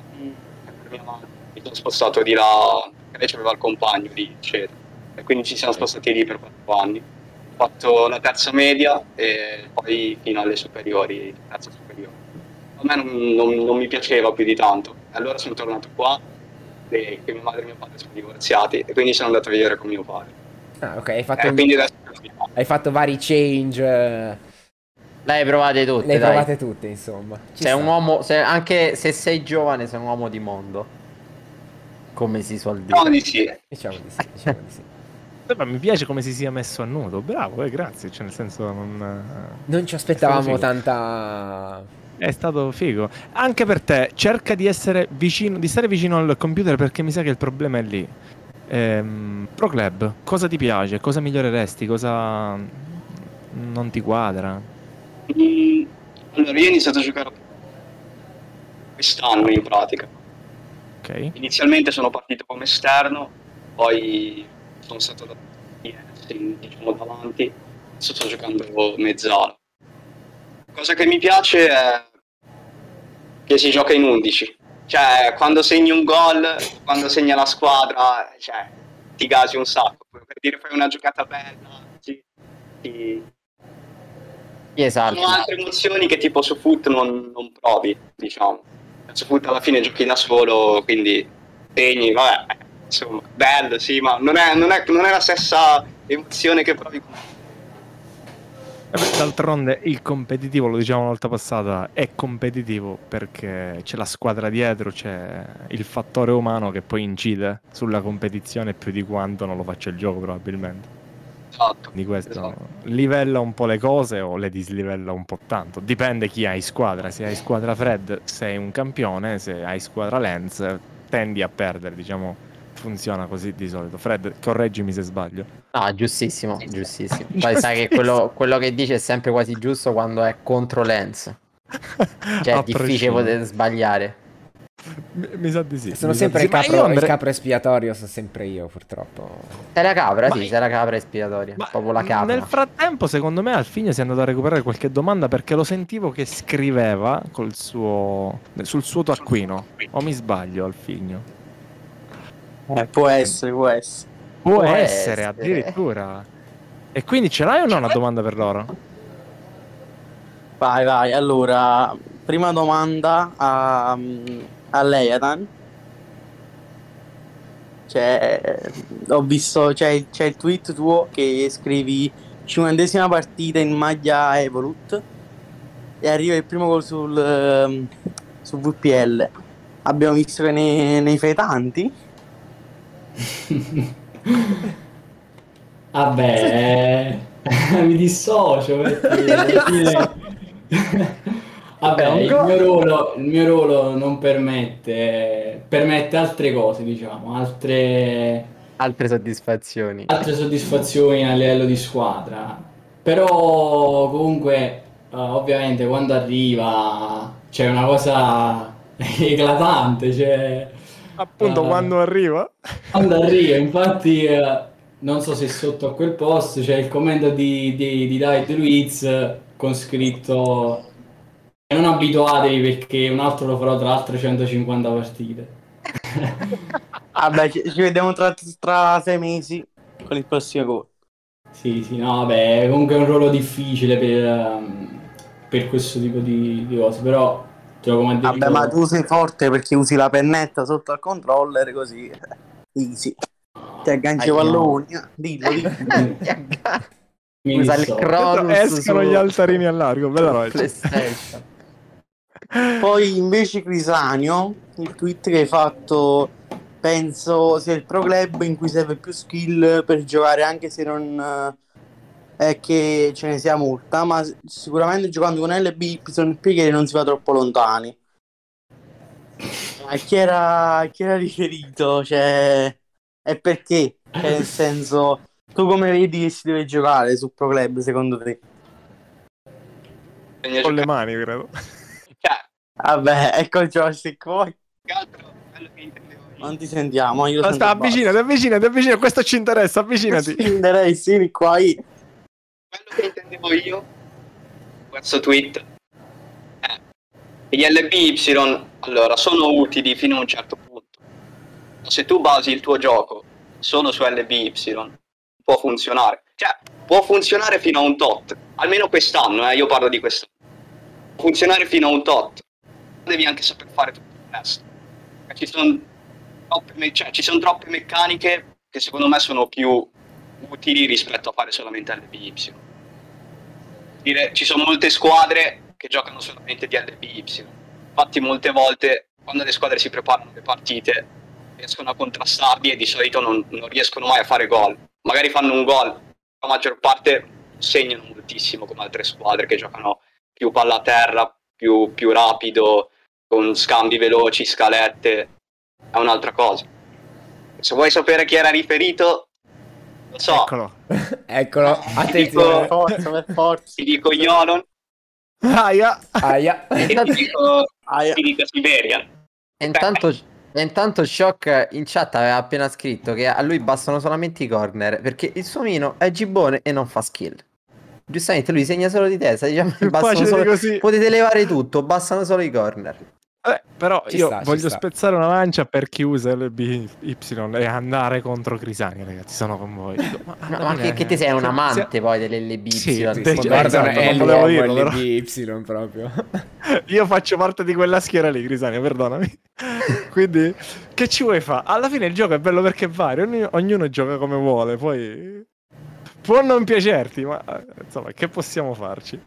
[SPEAKER 6] per mia madre, Mm. mi sono spostato di là, perché lei aveva il compagno lì, eccetera. E quindi ci siamo spostati lì per quattro anni. Ho fatto la terza media e poi fino alle superiori, terza superiore. A me non, non- non mi piaceva più di tanto. Allora sono tornato qua, e, che mia madre e mio padre sono divorziati, e quindi sono andato a vivere con mio padre.
[SPEAKER 1] Ah, ok, hai fatto,
[SPEAKER 6] E Eh, quindi adesso sono qui.
[SPEAKER 1] hai fatto vari change, eh,
[SPEAKER 3] L'hai provate tutte,
[SPEAKER 1] le hai
[SPEAKER 3] dai.
[SPEAKER 1] provate tutte, insomma. Ci
[SPEAKER 3] Sei
[SPEAKER 1] sta.
[SPEAKER 3] un uomo, se- anche se sei giovane, sei un uomo di mondo. Come si suol dire.
[SPEAKER 6] No, di sì.
[SPEAKER 1] Diciamo di sì, diciamo di sì.
[SPEAKER 2] Eh, ma mi piace come si sia messo a nudo. Bravo, eh, grazie. Cioè, nel senso, non,
[SPEAKER 1] Non ci
[SPEAKER 2] È
[SPEAKER 1] aspettavamo
[SPEAKER 2] stato figo.
[SPEAKER 1] tanta...
[SPEAKER 2] eh, è stato figo. Anche per te, cerca di essere vicino, di stare vicino al computer perché mi sa che il problema è lì. Ehm, Pro Club, cosa ti piace? Cosa miglioreresti? Cosa non ti quadra?
[SPEAKER 6] Mm, Allora, io ho iniziato a giocare quest'anno in pratica.
[SPEAKER 2] Ok.
[SPEAKER 6] Inizialmente sono partito come esterno, poi sono stato da DS, in- diciamo davanti, adesso sto giocando mezzala. Cosa che mi piace è che si gioca in 11, cioè quando segni un gol, quando segna la squadra, cioè, ti gasi un sacco, per dire fai una giocata bella, ti- ti,
[SPEAKER 3] Chi esalti?
[SPEAKER 6] sono altre emozioni che tipo su foot non, non provi, diciamo. Su foot alla fine giochi da solo, quindi segni, vabbè, insomma, bello, sì, ma non è, non è- non è la stessa emozione che provi con
[SPEAKER 2] Eh beh, D'altronde il competitivo, lo dicevamo la volta passata, è competitivo perché c'è la squadra dietro, c'è il fattore umano che poi incide sulla competizione più di quanto non lo faccia il gioco probabilmente.
[SPEAKER 6] esatto.
[SPEAKER 2] Di questo
[SPEAKER 6] Esatto.
[SPEAKER 2] livella un po' le cose o le dislivella un po' tanto. Dipende chi hai squadra. Se hai squadra Fred sei un campione, se hai squadra Lens tendi a perdere, diciamo funziona così di solito. Fred, correggimi se sbaglio.
[SPEAKER 3] Ah, giustissimo, giustissimo. Poi sai che quello, quello che dice è sempre quasi giusto quando è contro Lens. Cioè,
[SPEAKER 2] [LAUGHS] A
[SPEAKER 3] è difficile
[SPEAKER 2] prescindere.
[SPEAKER 3] poter sbagliare.
[SPEAKER 2] Mi, mi sa di sì.
[SPEAKER 1] Sono
[SPEAKER 2] mi sa
[SPEAKER 1] sempre il
[SPEAKER 2] di sì. Ma
[SPEAKER 1] capro,
[SPEAKER 2] io
[SPEAKER 1] il
[SPEAKER 2] andrei-
[SPEAKER 1] capro espiatorio, sono sempre io purtroppo.
[SPEAKER 3] Sei la capra,
[SPEAKER 2] Ma-
[SPEAKER 3] sì, sei la capra espiatoria.
[SPEAKER 2] Ma
[SPEAKER 3] proprio la capra.
[SPEAKER 2] Nel frattempo, secondo me, Alfine si è andato a recuperare qualche domanda perché lo sentivo che scriveva col suo, sul suo taccuino. O mi sbaglio, Alfigno?
[SPEAKER 7] Eh, può essere, può essere.
[SPEAKER 2] Può,
[SPEAKER 3] Può
[SPEAKER 2] essere,
[SPEAKER 3] essere.
[SPEAKER 2] addirittura. E quindi ce l'hai o no una domanda per loro?
[SPEAKER 7] Vai, vai. Allora, prima domanda a, a lei, Adan. Cioè, ho visto, c'è, c'è il tweet tuo che scrivi 50esima partita in maglia Evolut e arriva il primo gol sul, ehm, sul VPL. Abbiamo visto che ne, ne fai tanti.
[SPEAKER 5] [LAUGHS] Vabbè, eh, [LAUGHS] mi dissocio perché alla fine- Vabbè, il mio, ruolo, il mio ruolo non permette, permette altre cose, diciamo, altre,
[SPEAKER 3] Altre soddisfazioni.
[SPEAKER 5] altre soddisfazioni a livello di squadra. Però comunque, eh, ovviamente, quando arriva c'è una cosa [LAUGHS] eclatante, cioè
[SPEAKER 2] Appunto,
[SPEAKER 5] Ah.
[SPEAKER 2] quando arriva.
[SPEAKER 5] quando arriva, infatti, eh, non so se sotto a quel post c'è il commento di, di, di David Luiz eh, con scritto non abituatevi perché un altro lo farò tra l'altro 150 partite.
[SPEAKER 7] Vabbè, ci, ci vediamo tra, tra sei mesi con il prossimo gol.
[SPEAKER 5] Sì, sì, no, vabbè, comunque è un ruolo difficile per, ehm, per questo tipo di, di cose, però te lo come ha detto-
[SPEAKER 7] Vabbè, ma tu sei forte perché usi la pennetta sotto al controller così easy. Ti agganci i
[SPEAKER 3] Ah, no.
[SPEAKER 7] palloni, dillo, dillo.
[SPEAKER 3] Ti
[SPEAKER 2] [LAUGHS]
[SPEAKER 3] agganci.
[SPEAKER 5] mi
[SPEAKER 3] Usa il
[SPEAKER 5] dissocio.
[SPEAKER 3] Cronus
[SPEAKER 2] Escono
[SPEAKER 3] su-
[SPEAKER 2] gli altarini al largo. Bella roba.
[SPEAKER 3] PlayStation.
[SPEAKER 7] Poi invece Crisanio, il tweet che hai fatto, penso sia il pro club in cui serve più skill per giocare anche se non eh, è che ce ne sia molta, ma s- sicuramente giocando con LB bisogna piegare non si va troppo lontani. Ma chi era, a chi era riferito? Cioè, è perché? Cioè, nel senso, tu come vedi che si deve giocare sul pro club secondo te?
[SPEAKER 2] [LAUGHS]
[SPEAKER 6] Bisogna
[SPEAKER 2] Con le
[SPEAKER 6] giocare-
[SPEAKER 2] mani, credo.
[SPEAKER 6] Cioè,
[SPEAKER 7] Vabbè, ecco il joystick, poi
[SPEAKER 6] più che altro, quello che intendevo io.
[SPEAKER 7] non ti sentiamo. Io lo sento
[SPEAKER 2] Sta,
[SPEAKER 7] basso.
[SPEAKER 2] avvicinati, avvicinati, avvicinati. Questo ci interessa, avvicinati.
[SPEAKER 7] Scenderei, sì, qua io.
[SPEAKER 6] quello che intendevo io questo tweet è che gli LBY allora sono utili fino a un certo punto ma se tu basi il tuo gioco solo su LBY può funzionare cioè può funzionare fino a un tot almeno quest'anno eh, io parlo di quest'anno può funzionare fino a un tot devi anche saper fare tutto il resto Cioè, ci sono troppe, me- cioè, ci son troppe meccaniche che secondo me sono più utili rispetto a fare solamente LBY. Dire, ci sono molte squadre che giocano solamente di LBY. Infatti, molte volte quando le squadre si preparano le partite riescono a contrastarli e di solito non, non riescono mai a fare gol. Magari fanno un gol, la maggior parte segnano moltissimo come altre squadre che giocano più palla a terra, più, più rapido, con scambi veloci, scalette. È un'altra cosa. Se vuoi sapere chi era riferito, lo so.
[SPEAKER 2] Eccolo.
[SPEAKER 1] Eccolo, attenzione.
[SPEAKER 6] dico-
[SPEAKER 7] [LAUGHS] Forza, per forza.
[SPEAKER 6] ti dico Yonon
[SPEAKER 2] Aia.
[SPEAKER 1] Aia.
[SPEAKER 6] e ti dico,
[SPEAKER 7] Aia.
[SPEAKER 6] ti dico Siberian.
[SPEAKER 3] E intanto, e intanto Shock in chat aveva appena scritto che a lui bastano solamente i corner perché il suo mino è gibbone e non fa skill. Giustamente lui segna solo di testa, diciamo,
[SPEAKER 2] Più
[SPEAKER 3] bastano
[SPEAKER 2] facile di
[SPEAKER 3] solo-
[SPEAKER 2] così.
[SPEAKER 3] potete levare tutto, bastano solo i corner.
[SPEAKER 2] Eh, però
[SPEAKER 1] Ci
[SPEAKER 2] io
[SPEAKER 1] sta, ci
[SPEAKER 2] voglio
[SPEAKER 1] sta.
[SPEAKER 2] spezzare una lancia per chi usa LBY e andare contro Crisani, ragazzi. Sono
[SPEAKER 1] [LAUGHS]
[SPEAKER 2] con voi. Dico, ma
[SPEAKER 3] Ma,
[SPEAKER 2] alla
[SPEAKER 3] ma
[SPEAKER 2] fine-
[SPEAKER 3] che, che te
[SPEAKER 2] [LAUGHS]
[SPEAKER 3] sei un
[SPEAKER 2] se-
[SPEAKER 3] amante
[SPEAKER 2] se-
[SPEAKER 3] poi dell'LBY?
[SPEAKER 2] Sì, sì,
[SPEAKER 1] Sì,
[SPEAKER 2] Esatto,
[SPEAKER 1] Gordon
[SPEAKER 2] non
[SPEAKER 1] è
[SPEAKER 2] volevo
[SPEAKER 1] l'uomo
[SPEAKER 2] dirlo, però.
[SPEAKER 1] LBY
[SPEAKER 2] [LAUGHS]
[SPEAKER 1] proprio.
[SPEAKER 2] Io faccio parte di quella schiera lì,
[SPEAKER 1] [LAUGHS]
[SPEAKER 2] Crisania, perdonami. Quindi, che ci vuoi fare? Alla fine il gioco è bello perché varia, ogni- ognuno gioca come vuole, poi può non piacerti, ma eh, insomma, che possiamo farci?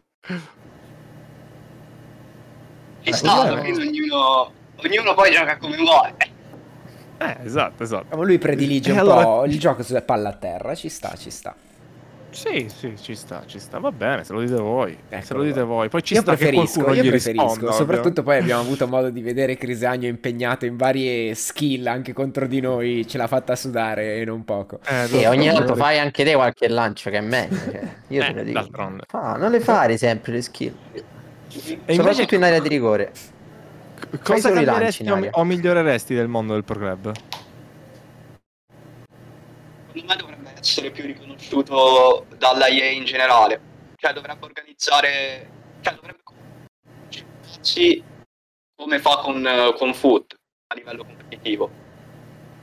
[SPEAKER 6] Ci
[SPEAKER 2] Eh,
[SPEAKER 6] sta,
[SPEAKER 2] vabbè.
[SPEAKER 6] alla fine ognuno, ognuno poi gioca come vuole.
[SPEAKER 2] Eh, esatto, esatto.
[SPEAKER 1] Lui predilige un
[SPEAKER 2] E allora-
[SPEAKER 1] po' il gioco sulla palla a terra, ci sta, ci sta.
[SPEAKER 2] Sì, sì, ci sta, ci sta. Va bene, se lo dite voi. se
[SPEAKER 1] Eccolo
[SPEAKER 2] lo dite
[SPEAKER 1] qua.
[SPEAKER 2] voi. Poi ci
[SPEAKER 1] Ecco, io
[SPEAKER 2] sta che
[SPEAKER 1] preferisco,
[SPEAKER 2] qualcuno
[SPEAKER 1] io
[SPEAKER 2] gli
[SPEAKER 1] preferisco.
[SPEAKER 2] risponda.
[SPEAKER 1] Soprattutto poi abbiamo avuto modo di vedere Crisagno impegnato in varie skill anche contro di noi, ce l'ha fatta sudare e non poco.
[SPEAKER 2] ovvio. Eh,
[SPEAKER 3] Sì,
[SPEAKER 2] lo so,
[SPEAKER 3] ogni
[SPEAKER 2] lo
[SPEAKER 3] tanto
[SPEAKER 2] so.
[SPEAKER 3] fai anche te qualche lancio che è meglio. cioè, io te
[SPEAKER 2] Eh,
[SPEAKER 3] lo dico.
[SPEAKER 2] d'altronde.
[SPEAKER 3] Fa, non le fare sempre le skill.
[SPEAKER 2] E invece
[SPEAKER 3] Soprattutto in area di rigore.
[SPEAKER 2] Cosa
[SPEAKER 3] lo rilanci
[SPEAKER 2] cambieresti
[SPEAKER 3] in
[SPEAKER 2] o,
[SPEAKER 3] aria.
[SPEAKER 2] o miglioreresti del mondo del pro club?
[SPEAKER 6] secondo me dovrebbe essere più riconosciuto dalla EA in generale, cioè dovrebbe organizzare, cioè dovrebbe sì, come fa con, eh, con Foot a livello competitivo.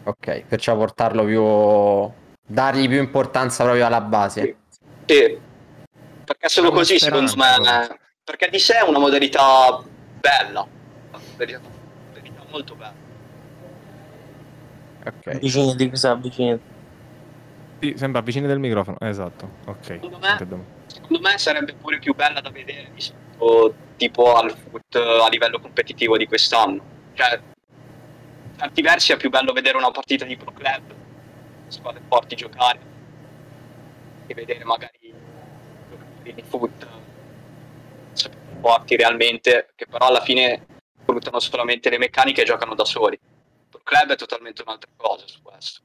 [SPEAKER 3] Ok, perciò portarlo più... dargli più importanza proprio alla base.
[SPEAKER 6] Sì, perché solo
[SPEAKER 2] Una
[SPEAKER 6] così secondo
[SPEAKER 2] speranza,
[SPEAKER 6] me,
[SPEAKER 2] però.
[SPEAKER 6] perché di sé è una modalità bella, una modalità, una modalità molto bella.
[SPEAKER 3] Ok.
[SPEAKER 7] Avvicinati, Chris, avvicinati.
[SPEAKER 2] Sì, sembra vicino del microfono. Esatto. Ok.
[SPEAKER 6] Secondo me- Secondo me sarebbe pure più bella da vedere diciamo. rispetto tipo al foot eh, a livello competitivo di quest'anno. Cioè, per certi versi è più bello vedere una partita di pro club, squadre forti giocare, che vedere magari giocatori di foot eh, forti realmente, che però alla fine sfruttano solamente le meccaniche e giocano da soli. Il pro club è totalmente un'altra cosa su questo.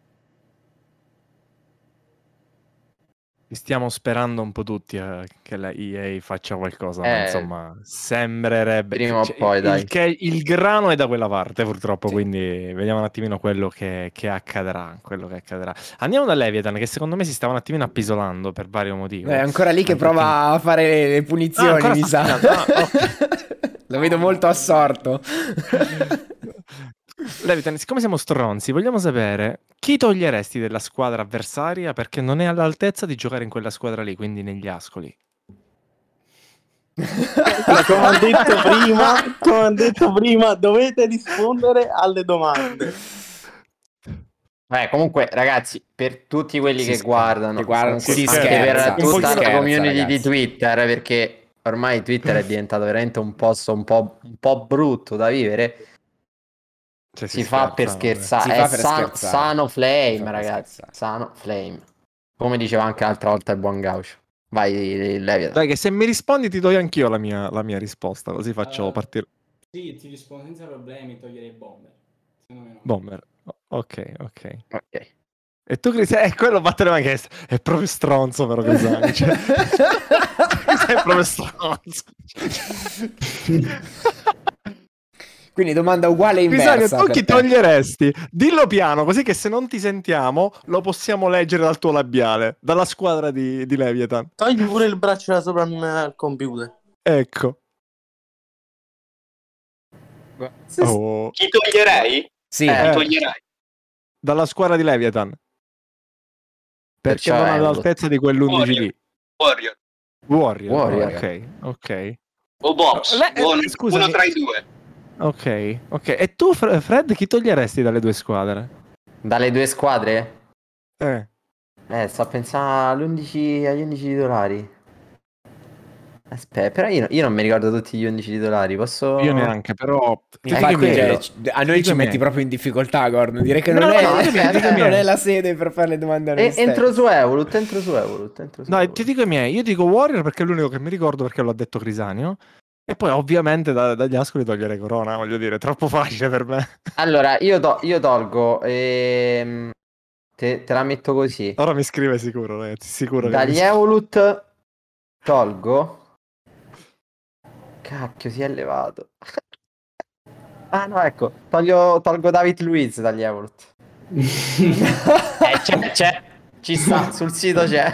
[SPEAKER 2] Ci Stiamo sperando un po' tutti eh, che la EA faccia qualcosa, ma
[SPEAKER 3] Eh.
[SPEAKER 2] insomma, sembrerebbe... cioè,
[SPEAKER 3] Prima o poi,
[SPEAKER 2] il,
[SPEAKER 3] dai.
[SPEAKER 2] che- il grano è da quella parte, purtroppo, quindi vediamo un attimino quello che, che accadrà, quello che accadrà. Andiamo da Leviathan, che secondo me si stava un attimino appisolando per vario motivo.
[SPEAKER 1] È ancora lì che
[SPEAKER 2] Anche Ah,
[SPEAKER 1] prova a fare le, le punizioni,
[SPEAKER 2] ancora
[SPEAKER 1] mi
[SPEAKER 2] sta
[SPEAKER 1] sa.
[SPEAKER 2] sfidando, ah,
[SPEAKER 1] [LAUGHS] Lo vedo molto assorto.
[SPEAKER 2] [LAUGHS] Levitan, siccome siamo stronzi, vogliamo sapere chi toglieresti della squadra avversaria perché non è all'altezza di giocare in quella squadra lì, quindi negli ascoli.
[SPEAKER 7] Come ho detto prima, come ho detto prima, dovete rispondere alle domande.
[SPEAKER 3] Beh, Eh, comunque, ragazzi, per tutti quelli
[SPEAKER 1] Si
[SPEAKER 3] che
[SPEAKER 1] scher-
[SPEAKER 3] guardano,
[SPEAKER 1] che guardano,
[SPEAKER 2] si
[SPEAKER 3] anche
[SPEAKER 2] scherza,
[SPEAKER 3] per
[SPEAKER 2] un po'
[SPEAKER 3] tutta
[SPEAKER 2] scherza,
[SPEAKER 3] la community di
[SPEAKER 1] ragazzi.
[SPEAKER 3] Twitter, perché ormai Twitter è diventato veramente un posto un po', un po' brutto da vivere,
[SPEAKER 2] Cioè,
[SPEAKER 3] si, fa per
[SPEAKER 2] scherzo.
[SPEAKER 3] scherzare,
[SPEAKER 1] Si
[SPEAKER 3] è
[SPEAKER 1] fa per
[SPEAKER 3] san-
[SPEAKER 1] scherzare.
[SPEAKER 3] sano
[SPEAKER 1] Si fa
[SPEAKER 3] flame,
[SPEAKER 1] per
[SPEAKER 3] ragazzi,
[SPEAKER 1] scherzare.
[SPEAKER 3] sano flame. Come diceva anche l'altra volta il buon Gaucho. Vai, Leviathan.
[SPEAKER 2] Dai, che se mi rispondi ti do io anch'io la mia, la mia risposta, così faccio
[SPEAKER 3] Eh.
[SPEAKER 5] Ah.
[SPEAKER 2] partire
[SPEAKER 5] Sì, ti rispondo senza problemi, toglierei bomber. Secondo me no. [LAUGHS]
[SPEAKER 2] Bomber. O- Ok, ok.
[SPEAKER 3] Ok.
[SPEAKER 2] E tu, Chris, eh, quello batteva anche è proprio stronzo, però Crisani. Cioè, [LAUGHS]
[SPEAKER 3] [LAUGHS]
[SPEAKER 2] sei proprio stronzo.
[SPEAKER 1] [LAUGHS] Quindi domanda uguale e
[SPEAKER 2] Crisanio,
[SPEAKER 1] inversa.
[SPEAKER 2] tu
[SPEAKER 1] per
[SPEAKER 2] chi
[SPEAKER 1] te.
[SPEAKER 2] toglieresti? Dillo piano, così che se non ti sentiamo lo possiamo leggere dal tuo labiale, dalla squadra di, di Leviathan.
[SPEAKER 7] Togli pure il braccio da sopra al computer.
[SPEAKER 2] Ecco. Oh,
[SPEAKER 6] Chi toglierei?
[SPEAKER 1] Sì,
[SPEAKER 3] Eh.
[SPEAKER 6] Chi toglierei?
[SPEAKER 2] Dalla squadra di Leviathan. Perché
[SPEAKER 3] Perciò
[SPEAKER 2] non
[SPEAKER 3] è un-
[SPEAKER 2] all'altezza di quell'11 lì.
[SPEAKER 6] Warrior
[SPEAKER 2] Warrior.
[SPEAKER 3] Warrior.
[SPEAKER 2] Ok, ok.
[SPEAKER 6] o Box?
[SPEAKER 2] Le- eh,
[SPEAKER 6] o un-
[SPEAKER 2] scusami.
[SPEAKER 6] uno tra i due.
[SPEAKER 2] Ok, ok. E tu, Fre- Fred, chi toglieresti dalle due squadre?
[SPEAKER 3] Dalle due squadre?
[SPEAKER 2] Eh.
[SPEAKER 3] Eh, sto a pensare all'11 agli 11 titolari. Aspetta, però io, io non mi ricordo tutti gli 11 titolari, posso...
[SPEAKER 2] Io neanche, però...
[SPEAKER 1] Infatti,
[SPEAKER 3] Ditemi
[SPEAKER 1] cioè,
[SPEAKER 3] quello.
[SPEAKER 1] c- a noi ci
[SPEAKER 2] Ditemi.
[SPEAKER 1] metti proprio in difficoltà, Gordon. Direi che
[SPEAKER 2] No,
[SPEAKER 1] non,
[SPEAKER 2] no, eh,
[SPEAKER 1] è,
[SPEAKER 3] no, ditemi,
[SPEAKER 1] [LAUGHS] non
[SPEAKER 3] ditemi.
[SPEAKER 1] è la sede per fare le domande a noi
[SPEAKER 3] E-
[SPEAKER 1] stessi.
[SPEAKER 3] entro su Evolut, entro su Evolut, entro su
[SPEAKER 2] No,
[SPEAKER 3] Evolut.
[SPEAKER 2] ti dico i miei. Io dico Warrior perché è l'unico che mi ricordo perché l'ha detto Crisanio. E poi ovviamente da- dagli ascoli togliere Corona, voglio dire, è troppo facile per me. [LAUGHS]
[SPEAKER 3] Allora, io, to- io tolgo... ehm, te-, te la metto così.
[SPEAKER 2] Ora mi scrive sicuro, ragazzi, sicuro. Che mi...
[SPEAKER 3] Dagli Evolut tolgo... Cacchio, si è elevato. [LAUGHS] Ah no, ecco, toglio- tolgo David Luiz dagli Evolut. Eh, c'è, c'è,
[SPEAKER 2] [LAUGHS]
[SPEAKER 3] ci sta, sul sito c'è.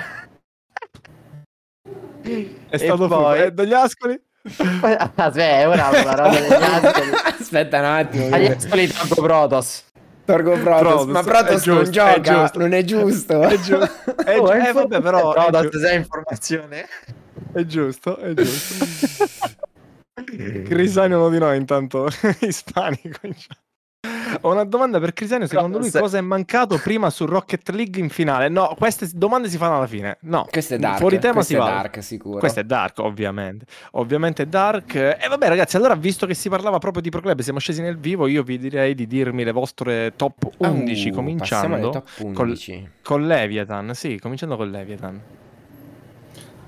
[SPEAKER 2] È stato poi...
[SPEAKER 3] [LAUGHS]
[SPEAKER 2] dagli ascoli?
[SPEAKER 3] Aspetta, Ah, ora la roba
[SPEAKER 1] [LAUGHS]
[SPEAKER 2] [LAUGHS]
[SPEAKER 3] degli ascoli.
[SPEAKER 1] Aspetta un attimo.
[SPEAKER 3] Agli
[SPEAKER 1] che-
[SPEAKER 3] ascoli tolgo Protos.
[SPEAKER 1] Torgo Protos,
[SPEAKER 2] Protos,
[SPEAKER 1] ma
[SPEAKER 2] è
[SPEAKER 1] Protos
[SPEAKER 2] giusto,
[SPEAKER 1] non gioca,
[SPEAKER 2] è giusto.
[SPEAKER 1] non è giusto.
[SPEAKER 2] È
[SPEAKER 1] [LAUGHS]
[SPEAKER 2] giusto. È
[SPEAKER 3] Oh,
[SPEAKER 2] giu-
[SPEAKER 3] è
[SPEAKER 2] eh, vabbè, però... È,
[SPEAKER 3] Protos,
[SPEAKER 2] giu-
[SPEAKER 3] sei informazione?
[SPEAKER 2] è giusto,
[SPEAKER 1] [LAUGHS]
[SPEAKER 2] è giusto. Crisanio è uno di noi, intanto [LAUGHS] ispanico. in chat. Ho una domanda per Crisanio, secondo lui
[SPEAKER 3] se-
[SPEAKER 2] cosa è mancato prima su Rocket League in finale? No, queste domande si fanno alla fine. No,
[SPEAKER 1] Questo è Dark,
[SPEAKER 2] fuori tema
[SPEAKER 1] questo
[SPEAKER 2] si
[SPEAKER 1] è
[SPEAKER 2] va.
[SPEAKER 1] Dark sicuro.
[SPEAKER 2] Questo è Dark, ovviamente. Ovviamente è Dark. E vabbè, ragazzi, allora, visto che si parlava proprio di Pro Club, siamo scesi nel vivo, io vi direi di dirmi le vostre top 11,
[SPEAKER 1] Uh, passiamo alle
[SPEAKER 2] cominciando
[SPEAKER 1] top 11.
[SPEAKER 2] con Leviathan. Sì, cominciando con Leviathan.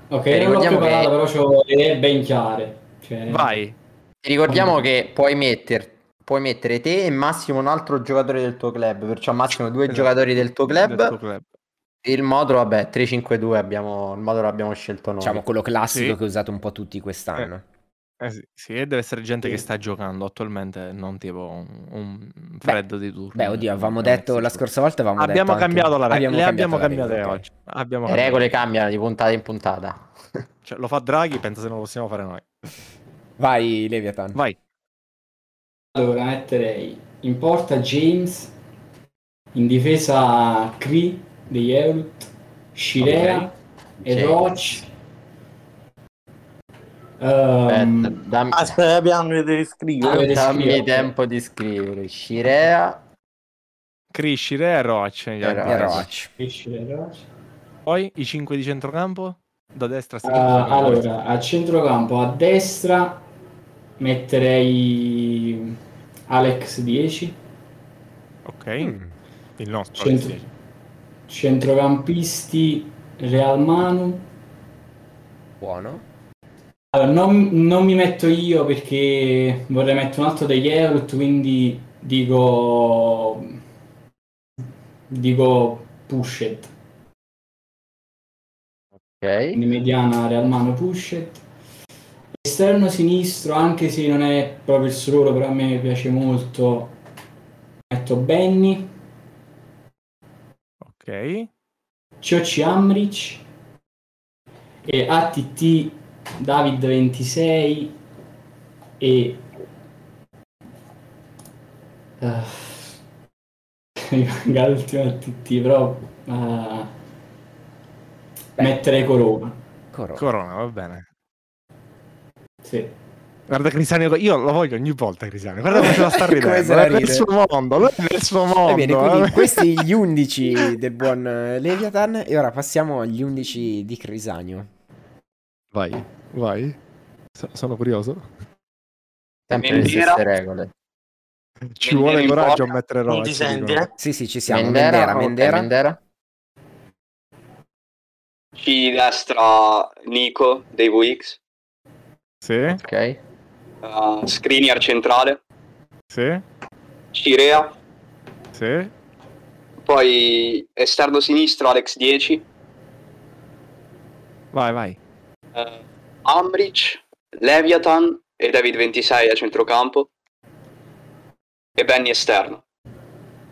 [SPEAKER 5] Ok,
[SPEAKER 3] Eh,
[SPEAKER 5] non l'ho
[SPEAKER 3] ricordiamo
[SPEAKER 5] preparata,
[SPEAKER 3] che-
[SPEAKER 5] però c'ho le idee ben chiare.
[SPEAKER 1] Eh.
[SPEAKER 5] Cioè,
[SPEAKER 2] Vai.
[SPEAKER 3] Ti ricordiamo che puoi, metter- puoi mettere te e massimo un altro giocatore del tuo club, perciò massimo due
[SPEAKER 2] Esatto.
[SPEAKER 3] giocatori del tuo club.
[SPEAKER 2] Del tuo club.
[SPEAKER 3] Il modulo, vabbè, 3-5-2 abbiamo, il modulo l'abbiamo scelto noi.
[SPEAKER 1] Diciamo quello classico
[SPEAKER 2] Sì.
[SPEAKER 1] che ho usato un po' tutti quest'anno.
[SPEAKER 2] Eh sì, sì, e deve essere gente che sta giocando attualmente, non tipo un, un Fred di turno. eh,
[SPEAKER 1] Beh, oddio, avevamo
[SPEAKER 2] Non
[SPEAKER 1] detto
[SPEAKER 2] esiste.
[SPEAKER 1] la scorsa volta. Avevamo
[SPEAKER 2] Abbiamo
[SPEAKER 1] detto anche-
[SPEAKER 2] cambiato la regola, le abbiamo
[SPEAKER 1] cambiato la
[SPEAKER 2] cambiate
[SPEAKER 1] regola,
[SPEAKER 2] oggi. Abbiamo
[SPEAKER 3] Le
[SPEAKER 2] cambiato.
[SPEAKER 3] regole cambiano di puntata in puntata.
[SPEAKER 2] Cioè, lo fa Draghi, pensa se non lo possiamo fare noi.
[SPEAKER 1] ok. Vai, Leviathan.
[SPEAKER 2] Vai.
[SPEAKER 5] Allora metterei in porta James, in difesa Cree degli Eulut, Shirea
[SPEAKER 3] Ok.
[SPEAKER 5] e
[SPEAKER 3] James.
[SPEAKER 5] Roach.
[SPEAKER 2] Um,
[SPEAKER 5] Ehm,
[SPEAKER 3] Aspetta, dammi,
[SPEAKER 2] ah,
[SPEAKER 7] Aspetta, abbiamo vedere scrivere.
[SPEAKER 5] Dovete
[SPEAKER 3] dammi
[SPEAKER 5] scrivere.
[SPEAKER 3] tempo di scrivere. Shirea,
[SPEAKER 2] Criscire e Roach. negli
[SPEAKER 3] E
[SPEAKER 2] angoli.
[SPEAKER 1] E Roach.
[SPEAKER 5] Shirea e Roach.
[SPEAKER 2] Poi i 5 di centrocampo, da destra a
[SPEAKER 5] Eh,
[SPEAKER 2] sinistra. quindi
[SPEAKER 5] allora, a centrocampo, a destra metterei Alex 10,
[SPEAKER 2] Ok,
[SPEAKER 1] Mm.
[SPEAKER 2] il nostro.
[SPEAKER 5] Centro-
[SPEAKER 2] sì.
[SPEAKER 5] centrocampisti Real Manu.
[SPEAKER 1] Buono.
[SPEAKER 5] Allora, non, non mi metto io perché vorrei mettere un altro degli Eurot, quindi dico... dico Pushet.
[SPEAKER 3] ok.
[SPEAKER 5] Quindi mediana Real Manu Pushet. Esterno sinistro, anche se non è proprio il suo ruolo, però a me piace molto, metto Benny.
[SPEAKER 2] Ok,
[SPEAKER 5] Cioci Amric e ATT David 26 e Ah. [LAUGHS] mi manca l'ultimo ATT però ah, metterei Corona
[SPEAKER 1] Coro.
[SPEAKER 2] Corona, va bene.
[SPEAKER 5] sì.
[SPEAKER 2] Guarda Cristiano, io lo voglio ogni volta Cristiano. Guarda come ce la sta
[SPEAKER 1] [LAUGHS] Come se
[SPEAKER 2] ridendo,
[SPEAKER 1] la
[SPEAKER 2] è nel
[SPEAKER 1] ride.
[SPEAKER 2] suo mondo, lui è nel suo mondo.
[SPEAKER 1] Va bene, quindi
[SPEAKER 2] eh.
[SPEAKER 1] questi gli 11 del buon eh, Leviathan e ora passiamo agli 11 di Crisanio.
[SPEAKER 2] Vai, vai. So- sono curioso.
[SPEAKER 3] Sempre le
[SPEAKER 6] Mendera.
[SPEAKER 3] stesse regole.
[SPEAKER 2] Ci vuole
[SPEAKER 6] in
[SPEAKER 2] coraggio a
[SPEAKER 6] porta.
[SPEAKER 2] mettere Roach.
[SPEAKER 7] Non ti senti,
[SPEAKER 2] dicono.
[SPEAKER 7] eh?
[SPEAKER 1] Sì, sì, ci siamo.
[SPEAKER 3] Mendera,
[SPEAKER 1] Mendera,
[SPEAKER 3] ok,
[SPEAKER 1] Mendera.
[SPEAKER 3] Mendera.
[SPEAKER 6] Ci destra Nico dei VX,
[SPEAKER 2] Sì,
[SPEAKER 3] Ok.
[SPEAKER 6] eh, Skriniar centrale,
[SPEAKER 2] sì,
[SPEAKER 6] Cirea,
[SPEAKER 2] sì.
[SPEAKER 6] poi esterno sinistro Alex 10,
[SPEAKER 2] Vai, vai.
[SPEAKER 6] eh, Ambric, Leviathan e David 26 a centrocampo e Benny esterno.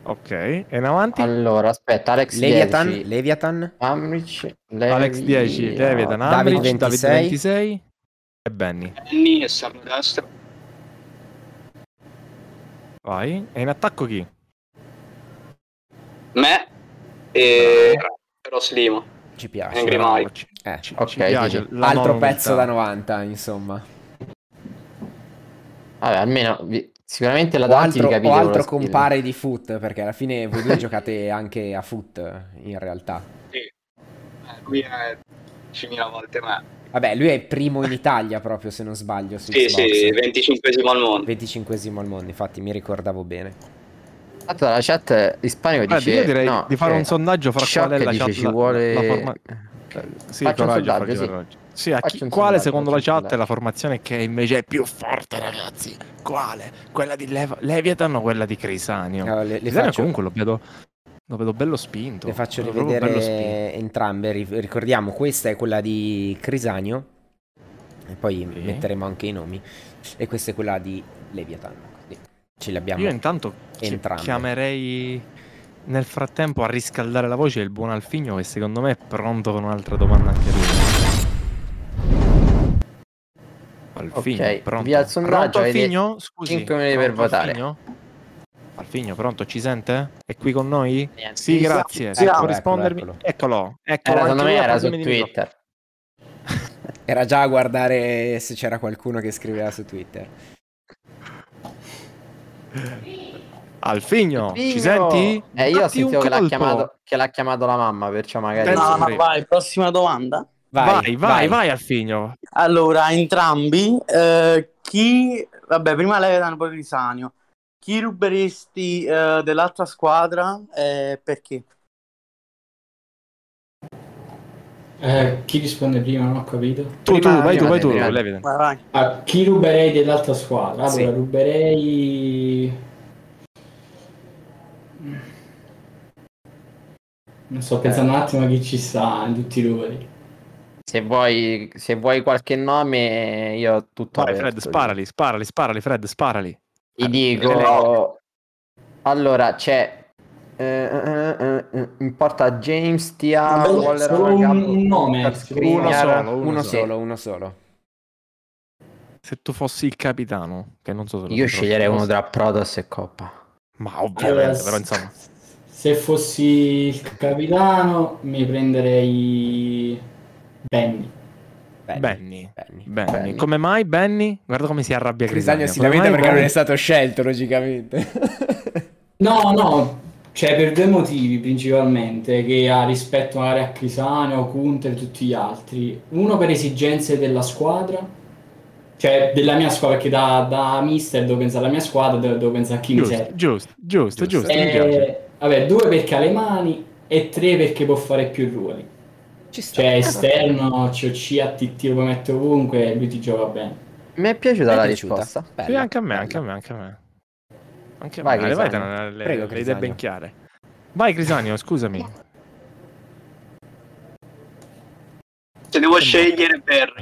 [SPEAKER 2] Ok, e in avanti?
[SPEAKER 3] Allora, aspetta, Alex
[SPEAKER 1] Leviathan,
[SPEAKER 3] 10.
[SPEAKER 1] Leviathan.
[SPEAKER 3] Amric,
[SPEAKER 2] Alex
[SPEAKER 3] eh,
[SPEAKER 2] 10,
[SPEAKER 3] Levi-
[SPEAKER 2] Leviathan,
[SPEAKER 1] David
[SPEAKER 2] Amric, David 26.
[SPEAKER 1] 26.
[SPEAKER 2] e Benny.
[SPEAKER 6] Benny esterno destro,
[SPEAKER 2] Vai. E in attacco chi?
[SPEAKER 6] me e Ross Lima.
[SPEAKER 1] Ci piace.
[SPEAKER 6] Angry Mike.
[SPEAKER 2] Ci,
[SPEAKER 1] Eh,
[SPEAKER 2] ci-
[SPEAKER 3] Ok,
[SPEAKER 2] ci piace
[SPEAKER 3] dici.
[SPEAKER 2] la
[SPEAKER 1] altro
[SPEAKER 2] non
[SPEAKER 1] pezzo
[SPEAKER 2] umiltà.
[SPEAKER 1] da 90, insomma.
[SPEAKER 3] Vabbè, almeno vi- sicuramente la
[SPEAKER 1] O
[SPEAKER 3] davanti
[SPEAKER 1] altro,
[SPEAKER 3] vi capite
[SPEAKER 1] o
[SPEAKER 3] quello
[SPEAKER 1] altro
[SPEAKER 3] skill.
[SPEAKER 1] compare di foot, perché alla fine voi due giocate anche a foot in realtà.
[SPEAKER 6] Eh, lui è 5.000 volte me.
[SPEAKER 1] Vabbè, lui è primo in Italia proprio, se non sbaglio, su
[SPEAKER 6] Sì,
[SPEAKER 1] Xbox.
[SPEAKER 6] sì, 25 al mondo.
[SPEAKER 1] 25esimo al mondo, infatti mi ricordavo bene.
[SPEAKER 3] Tanto la chat ispanico
[SPEAKER 2] Guardi,
[SPEAKER 3] dice
[SPEAKER 2] Eh, io direi
[SPEAKER 3] no,
[SPEAKER 2] di fare
[SPEAKER 3] eh,
[SPEAKER 2] un sondaggio fra
[SPEAKER 3] Shock
[SPEAKER 2] qual è la
[SPEAKER 3] dice,
[SPEAKER 2] chat
[SPEAKER 3] ci
[SPEAKER 2] la-
[SPEAKER 3] vuole
[SPEAKER 2] la forma- Cioè, Sì,
[SPEAKER 3] Faccio un
[SPEAKER 2] coraggio,
[SPEAKER 3] sondaggio,
[SPEAKER 2] faccio
[SPEAKER 3] sì.
[SPEAKER 2] coraggio. Sì, a
[SPEAKER 3] Faccio
[SPEAKER 2] chi-
[SPEAKER 3] un
[SPEAKER 2] quale
[SPEAKER 3] sondaggio,
[SPEAKER 2] secondo la
[SPEAKER 3] faccio un
[SPEAKER 2] chat è la formazione che invece è più forte, ragazzi? Quale? Quella di Leva- Leviathan o quella di Crisanio?
[SPEAKER 1] Allora, le, le
[SPEAKER 2] Crisanio
[SPEAKER 1] faccio-
[SPEAKER 2] comunque lo vedo, lo vedo bello spinto.
[SPEAKER 1] Le faccio
[SPEAKER 2] lo vedo proprio bello spinto.
[SPEAKER 1] rivedere entrambe. ri- Ricordiamo, questa è quella di Crisanio. E poi
[SPEAKER 2] Sì.
[SPEAKER 1] metteremo anche i nomi. E questa è quella di Leviathan. Quindi ce li abbiamo.
[SPEAKER 2] Io intanto chi-
[SPEAKER 1] entrambe.
[SPEAKER 2] chiamerei nel frattempo a riscaldare la voce il buon Alfigno che secondo me è pronto con un'altra domanda anche lui. Alfigno,
[SPEAKER 3] Ok,
[SPEAKER 2] pronto.
[SPEAKER 3] via il sondaggio,
[SPEAKER 2] Pronto
[SPEAKER 3] avete
[SPEAKER 2] Alfigno? Scusi.
[SPEAKER 3] cinque minuti per
[SPEAKER 2] pronto
[SPEAKER 3] votare.
[SPEAKER 2] Alfigno? Alfigno, pronto, ci sente? È qui con noi?
[SPEAKER 3] Niente.
[SPEAKER 2] Sì, grazie.
[SPEAKER 7] sì,
[SPEAKER 2] Ecco,
[SPEAKER 7] eccolo,
[SPEAKER 2] rispondermi.
[SPEAKER 1] eccolo.
[SPEAKER 2] Eccolo. Eccolo.
[SPEAKER 3] Era, secondo
[SPEAKER 2] anche
[SPEAKER 3] me
[SPEAKER 2] lui,
[SPEAKER 3] era su
[SPEAKER 2] prendimi di microfono.
[SPEAKER 3] Twitter.
[SPEAKER 1] Era già a guardare se c'era qualcuno che scriveva su Twitter.
[SPEAKER 2] Alfigno, ci
[SPEAKER 3] Figo!
[SPEAKER 2] senti?
[SPEAKER 3] Eh, io ho
[SPEAKER 2] Datti un
[SPEAKER 3] sentito che l'ha,
[SPEAKER 2] colpo.
[SPEAKER 3] chiamato, che l'ha chiamato la mamma, perciò magari...
[SPEAKER 2] Penso
[SPEAKER 7] No, no,
[SPEAKER 2] prima.
[SPEAKER 7] vai, prossima domanda.
[SPEAKER 2] Vai, vai, vai Alfigno.
[SPEAKER 7] Allora, entrambi, eh, chi... Vabbè, prima Leviathan, poi Crisanio. Chi ruberesti eh, dell'altra squadra e perché?
[SPEAKER 5] Eh, chi risponde prima non ho capito
[SPEAKER 2] Tu, tu,
[SPEAKER 7] Prima-
[SPEAKER 2] vai tu,
[SPEAKER 7] prima
[SPEAKER 2] vai
[SPEAKER 3] te,
[SPEAKER 2] tu,
[SPEAKER 3] prima te.
[SPEAKER 2] Leviathan.
[SPEAKER 7] Vai, vai.
[SPEAKER 5] a Ah, chi ruberei dell'altra squadra allora
[SPEAKER 1] Sì.
[SPEAKER 5] ruberei non sto pensando un attimo a chi ci sta in tutti i ruoli
[SPEAKER 3] se vuoi, se vuoi qualche nome, io ho tutto.
[SPEAKER 2] Vai,
[SPEAKER 3] aperto
[SPEAKER 2] Fred,
[SPEAKER 3] lì.
[SPEAKER 2] sparali, sparali, sparali, Fred, sparali.
[SPEAKER 3] Ti dico. Allora c'è. eh, eh, eh, eh, in porta James, Tia,
[SPEAKER 5] Vabbè,
[SPEAKER 3] Waller,
[SPEAKER 5] solo un-
[SPEAKER 3] Capo,
[SPEAKER 5] un nome,
[SPEAKER 3] Walker,
[SPEAKER 5] solo uno
[SPEAKER 3] Skriniar.
[SPEAKER 2] solo, uno
[SPEAKER 1] Uno
[SPEAKER 3] sì.
[SPEAKER 1] solo, uno solo.
[SPEAKER 2] Se tu fossi il capitano, che non so se lo
[SPEAKER 3] Io
[SPEAKER 2] sei,
[SPEAKER 3] sceglierei
[SPEAKER 2] però-
[SPEAKER 3] uno tra Protoss e Coppa.
[SPEAKER 2] Ma ovviamente,
[SPEAKER 5] Allora,
[SPEAKER 2] Eh, però insomma.
[SPEAKER 5] Se fossi il capitano, mi prenderei Benny.
[SPEAKER 1] Benny.
[SPEAKER 2] Benny.
[SPEAKER 1] Benny.
[SPEAKER 2] Benny.
[SPEAKER 3] Benny.
[SPEAKER 2] Come mai Benny? Guarda come si arrabbia Crisagno.
[SPEAKER 1] Crisagno si
[SPEAKER 2] Come
[SPEAKER 1] lamenta
[SPEAKER 2] mai
[SPEAKER 1] perché non
[SPEAKER 2] Benny?
[SPEAKER 1] è stato scelto, logicamente. [LAUGHS]
[SPEAKER 5] No, no, cioè per due motivi principalmente, che ha rispetto magari a Crisano, Kunter e tutti gli altri. Uno per esigenze della squadra, cioè della mia squadra, perché da, da mister devo pensare alla mia squadra, devo, devo pensare a chi mi serve.
[SPEAKER 2] Giusto, giusto, giusto, giusto, mi
[SPEAKER 5] Eh,
[SPEAKER 2] piace.
[SPEAKER 5] vabbè, due perché ha le mani e tre perché può fare più ruoli.
[SPEAKER 1] Ci sta.
[SPEAKER 5] Cioè esterno, COC, ATT, lo puoi mettere ovunque, lui ti gioca bene.
[SPEAKER 3] Mi è piaciuta
[SPEAKER 1] Mi è
[SPEAKER 3] la
[SPEAKER 1] piaciuta.
[SPEAKER 3] risposta.
[SPEAKER 1] Bella,
[SPEAKER 2] Sì, anche a me,
[SPEAKER 1] bella.
[SPEAKER 2] anche a me, anche a me. Anche a
[SPEAKER 3] Vai,
[SPEAKER 2] me, vai,
[SPEAKER 3] Crisanio.
[SPEAKER 2] le,
[SPEAKER 1] Prego,
[SPEAKER 2] le idee
[SPEAKER 1] Crisanio.
[SPEAKER 2] ben chiare. Vai Crisanio, scusami.
[SPEAKER 6] Se devo scegliere per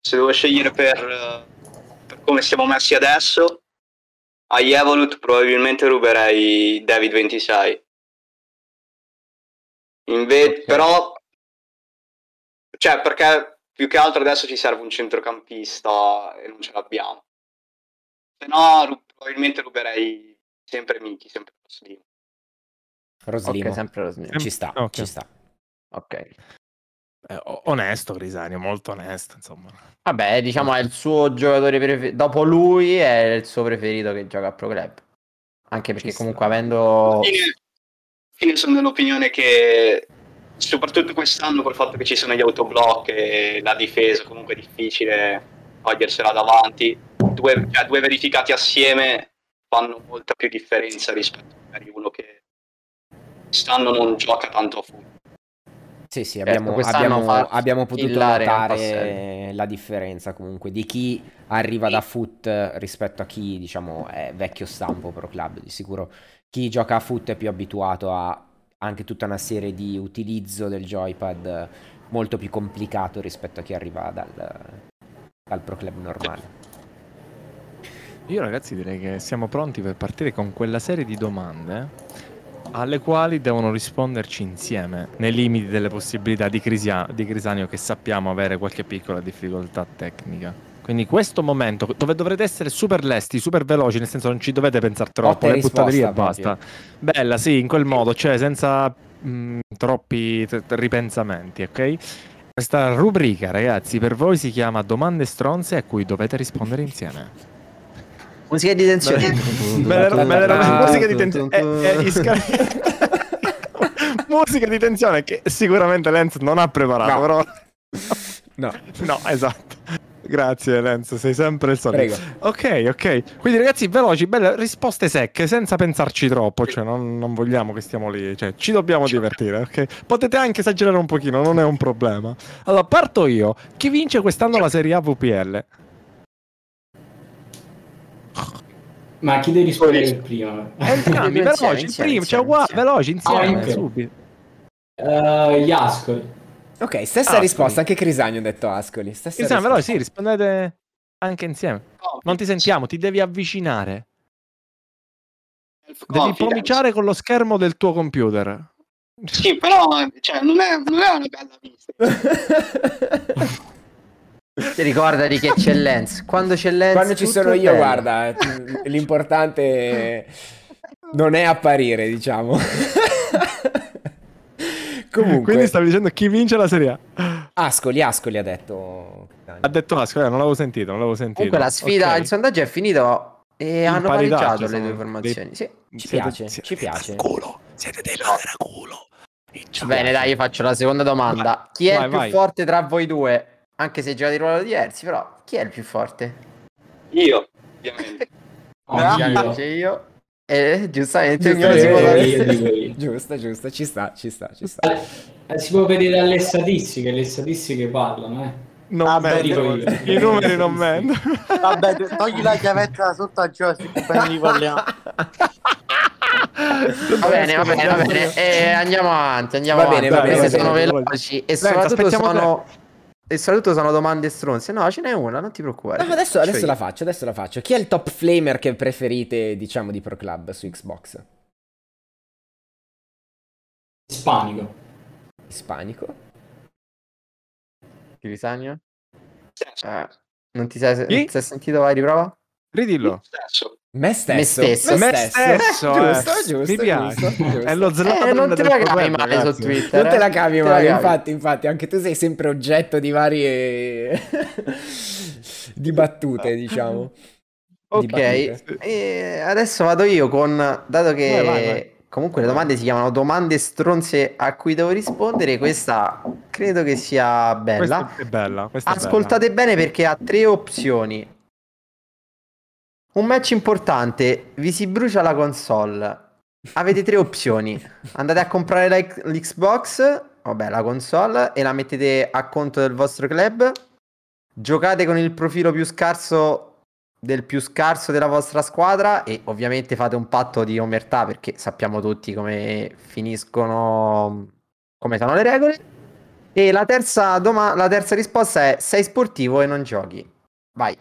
[SPEAKER 6] se devo scegliere per, eh, per come siamo messi adesso agli Evolut probabilmente ruberei David 26 Inve-
[SPEAKER 3] Ok.
[SPEAKER 6] però cioè perché più che altro adesso ci serve un centrocampista e non ce l'abbiamo se no ru- probabilmente ruberei sempre Miki sempre Roslin.
[SPEAKER 1] Roslimo.
[SPEAKER 3] Ok, sempre lo smesso.
[SPEAKER 1] Ci sta,
[SPEAKER 2] Ok.
[SPEAKER 1] ci sta.
[SPEAKER 3] Ok.
[SPEAKER 2] Eh, o- onesto Crisanio, molto onesto, insomma.
[SPEAKER 3] Vabbè, diciamo è il suo giocatore preferito. Dopo lui è il suo preferito che gioca a Pro Club. Anche perché
[SPEAKER 2] sta.
[SPEAKER 3] comunque avendo...
[SPEAKER 6] Alla fine, alla fine sono dell'opinione che soprattutto quest'anno col fatto che ci sono gli autoblock e la difesa comunque è difficile togliersela davanti due, cioè, due verificati assieme fanno molta più differenza rispetto magari uno che quest'anno non gioca tanto a football
[SPEAKER 1] Sì, sì, abbiamo,
[SPEAKER 3] Certo, quest'anno
[SPEAKER 1] abbiamo-
[SPEAKER 3] fa
[SPEAKER 1] abbiamo potuto
[SPEAKER 3] sfilare un
[SPEAKER 1] notare
[SPEAKER 3] tassello.
[SPEAKER 1] la differenza comunque di chi arriva da foot rispetto a chi, diciamo, è vecchio stampo pro club. Di sicuro chi gioca a foot è più abituato a anche tutta una serie di utilizzo del joypad molto più complicato rispetto a chi arriva dal, dal pro club normale.
[SPEAKER 2] [LAUGHS] Io ragazzi direi che siamo pronti per partire con quella serie di domande alle quali devono risponderci insieme, nei limiti delle possibilità di, Crisia- di Crisanio che sappiamo avere qualche piccola difficoltà tecnica. Quindi questo momento dove dovrete essere super lesti, super veloci, nel senso non ci dovete pensare troppo,
[SPEAKER 1] Ottene
[SPEAKER 2] le buttate lì e
[SPEAKER 1] risposta,
[SPEAKER 2] basta. Bella, sì, in quel modo, cioè senza mh, troppi t- t- ripensamenti, ok? Questa rubrica, ragazzi, per voi si chiama Domande stronze a cui dovete rispondere insieme.
[SPEAKER 3] Musica di tensione. [LAUGHS]
[SPEAKER 2] Me l'ero, me l'ero-
[SPEAKER 1] Ah,
[SPEAKER 2] musica di tensione. Eh, eh, isca- musica di tensione che sicuramente Lenz non ha preparato,
[SPEAKER 1] No.
[SPEAKER 2] però. [LAUGHS]
[SPEAKER 1] No,
[SPEAKER 2] No, esatto. Grazie Lenz, sei sempre il solito.
[SPEAKER 1] prego.
[SPEAKER 2] Ok, ok. Quindi ragazzi, veloci, belle risposte secche, senza pensarci troppo, cioè non, non vogliamo che stiamo lì, cioè ci dobbiamo divertire, ok? Potete anche esagerare un pochino, non è un problema. Allora, parto io. Chi vince quest'anno la Serie A VPL?
[SPEAKER 5] Ma chi devi rispondere per prima?
[SPEAKER 2] Entrambi,
[SPEAKER 3] Insieme,
[SPEAKER 2] veloci, il
[SPEAKER 3] insieme,
[SPEAKER 2] primo, cioè
[SPEAKER 3] insieme,
[SPEAKER 2] wow,
[SPEAKER 3] insieme.
[SPEAKER 2] veloci, insieme,
[SPEAKER 5] Ah, ok.
[SPEAKER 2] subito.
[SPEAKER 5] Eh, gli Ascoli.
[SPEAKER 1] Ok, stessa
[SPEAKER 3] Ah,
[SPEAKER 2] Ascoli.
[SPEAKER 1] risposta, anche Crisagno ha detto Ascoli. Stessa
[SPEAKER 2] Insieme,
[SPEAKER 1] risposta.
[SPEAKER 2] veloci, sì, rispondete anche insieme. Non ti sentiamo, ti devi avvicinare. Devi cominciare con lo schermo del tuo computer.
[SPEAKER 6] sì però cioè, non, è, non è una bella vista
[SPEAKER 1] [LAUGHS]
[SPEAKER 3] Ricordati che c'è Lenz. Quando c'è Lenz...
[SPEAKER 1] Quando ci
[SPEAKER 3] tutto
[SPEAKER 1] sono
[SPEAKER 3] è
[SPEAKER 1] io,
[SPEAKER 3] bello.
[SPEAKER 1] guarda, eh, [LAUGHS] tu- l'importante non è apparire, [LAUGHS] diciamo. Comunque,
[SPEAKER 2] Quindi stavi dicendo chi vince la Serie A.
[SPEAKER 1] Ascoli, Ascoli ha detto.
[SPEAKER 2] Ha detto Asco, eh, non l'avevo sentito, non l'avevo sentito.
[SPEAKER 3] Comunque la sfida,
[SPEAKER 2] Ok.
[SPEAKER 3] il sondaggio è finito e hanno
[SPEAKER 2] parità,
[SPEAKER 3] pareggiato
[SPEAKER 2] ci
[SPEAKER 3] le due
[SPEAKER 2] sono
[SPEAKER 3] formazioni. Sì.
[SPEAKER 1] Ci
[SPEAKER 2] Siete-
[SPEAKER 1] piace,
[SPEAKER 2] siete
[SPEAKER 1] ci
[SPEAKER 2] dei
[SPEAKER 1] piace.
[SPEAKER 2] Culo. Siete dei culo.
[SPEAKER 3] Bene, dai, io faccio la seconda domanda.
[SPEAKER 2] Vai,
[SPEAKER 3] chi è
[SPEAKER 2] vai,
[SPEAKER 3] il più
[SPEAKER 2] vai.
[SPEAKER 3] forte tra voi due? Anche se giocate ruoli diversi, però chi è il più forte?
[SPEAKER 6] io
[SPEAKER 2] [LAUGHS]
[SPEAKER 6] ovviamente
[SPEAKER 5] No,
[SPEAKER 6] Ah,
[SPEAKER 5] io.
[SPEAKER 3] Dice io. E giustamente
[SPEAKER 1] Giusto,
[SPEAKER 3] ognuno si può
[SPEAKER 1] io-
[SPEAKER 3] dare-
[SPEAKER 5] io dico io.
[SPEAKER 1] Giusto, giusto, ci sta, ci sta, ci sta.
[SPEAKER 5] Eh, Si può vedere dalle statistiche, le statistiche parlano, eh.
[SPEAKER 2] Non
[SPEAKER 7] Ah, beh,
[SPEAKER 2] mentono,
[SPEAKER 5] dico io.
[SPEAKER 2] I numeri non mentono.
[SPEAKER 7] Vabbè, t- togli la chiavetta sotto a Joystick e poi ne riparliamo.
[SPEAKER 3] Va bene, va bene, va bene. E andiamo avanti, andiamo
[SPEAKER 1] Va
[SPEAKER 3] avanti.
[SPEAKER 1] bene, va bene,
[SPEAKER 3] Queste
[SPEAKER 1] va
[SPEAKER 3] sono
[SPEAKER 2] bene.
[SPEAKER 3] veloci e
[SPEAKER 2] Lenz,
[SPEAKER 3] soprattutto
[SPEAKER 2] aspettiamo
[SPEAKER 3] sono il saluto sono domande stronze. No, ce n'è una, non ti preoccupare.
[SPEAKER 1] No, ma Eh, adesso, adesso
[SPEAKER 3] Cioè,
[SPEAKER 1] la faccio, adesso la faccio. Chi è il top flamer che preferite, diciamo, di Pro Club su Xbox?
[SPEAKER 5] Ispanico.
[SPEAKER 1] Ispanico?
[SPEAKER 3] Ti risagno?
[SPEAKER 6] Stesso,
[SPEAKER 3] Eh, non ti sei,
[SPEAKER 2] Chi?
[SPEAKER 3] non ti sei sentito? Vai, riprova.
[SPEAKER 2] Ridillo.
[SPEAKER 6] stesso.
[SPEAKER 1] Me stesso.
[SPEAKER 3] stesso.
[SPEAKER 2] Me stesso, eh.
[SPEAKER 1] giusto, giusto,
[SPEAKER 2] Mi piace.
[SPEAKER 1] giusto, giusto.
[SPEAKER 2] È lo Zlatan
[SPEAKER 3] Eh, non te
[SPEAKER 2] del
[SPEAKER 3] la cavi
[SPEAKER 2] problema,
[SPEAKER 3] male su
[SPEAKER 2] ragazzi.
[SPEAKER 3] Twitter.
[SPEAKER 1] Non te la
[SPEAKER 3] eh.
[SPEAKER 1] cavi
[SPEAKER 3] Te
[SPEAKER 1] male,
[SPEAKER 3] cavi.
[SPEAKER 1] infatti, infatti, anche tu sei sempre oggetto di varie... di battute, diciamo. Di
[SPEAKER 3] Ok,
[SPEAKER 1] battute.
[SPEAKER 3] e adesso vado io con, dato che
[SPEAKER 2] Vai, vai, vai.
[SPEAKER 3] comunque le domande si chiamano domande stronze a cui devo rispondere, questa credo che sia bella.
[SPEAKER 2] Questa è bella. Questa è bella.
[SPEAKER 3] Ascoltate bene perché ha tre opzioni. Un match importante, vi si brucia la console. Avete tre opzioni. Andate a comprare la- l'Xbox, vabbè la console, e la mettete a conto del vostro club. Giocate con il profilo più scarso del più scarso della vostra squadra e ovviamente fate un patto di omertà perché sappiamo tutti come finiscono, come sono le regole. E la terza, doma- la terza risposta è sei sportivo e non giochi. Vai.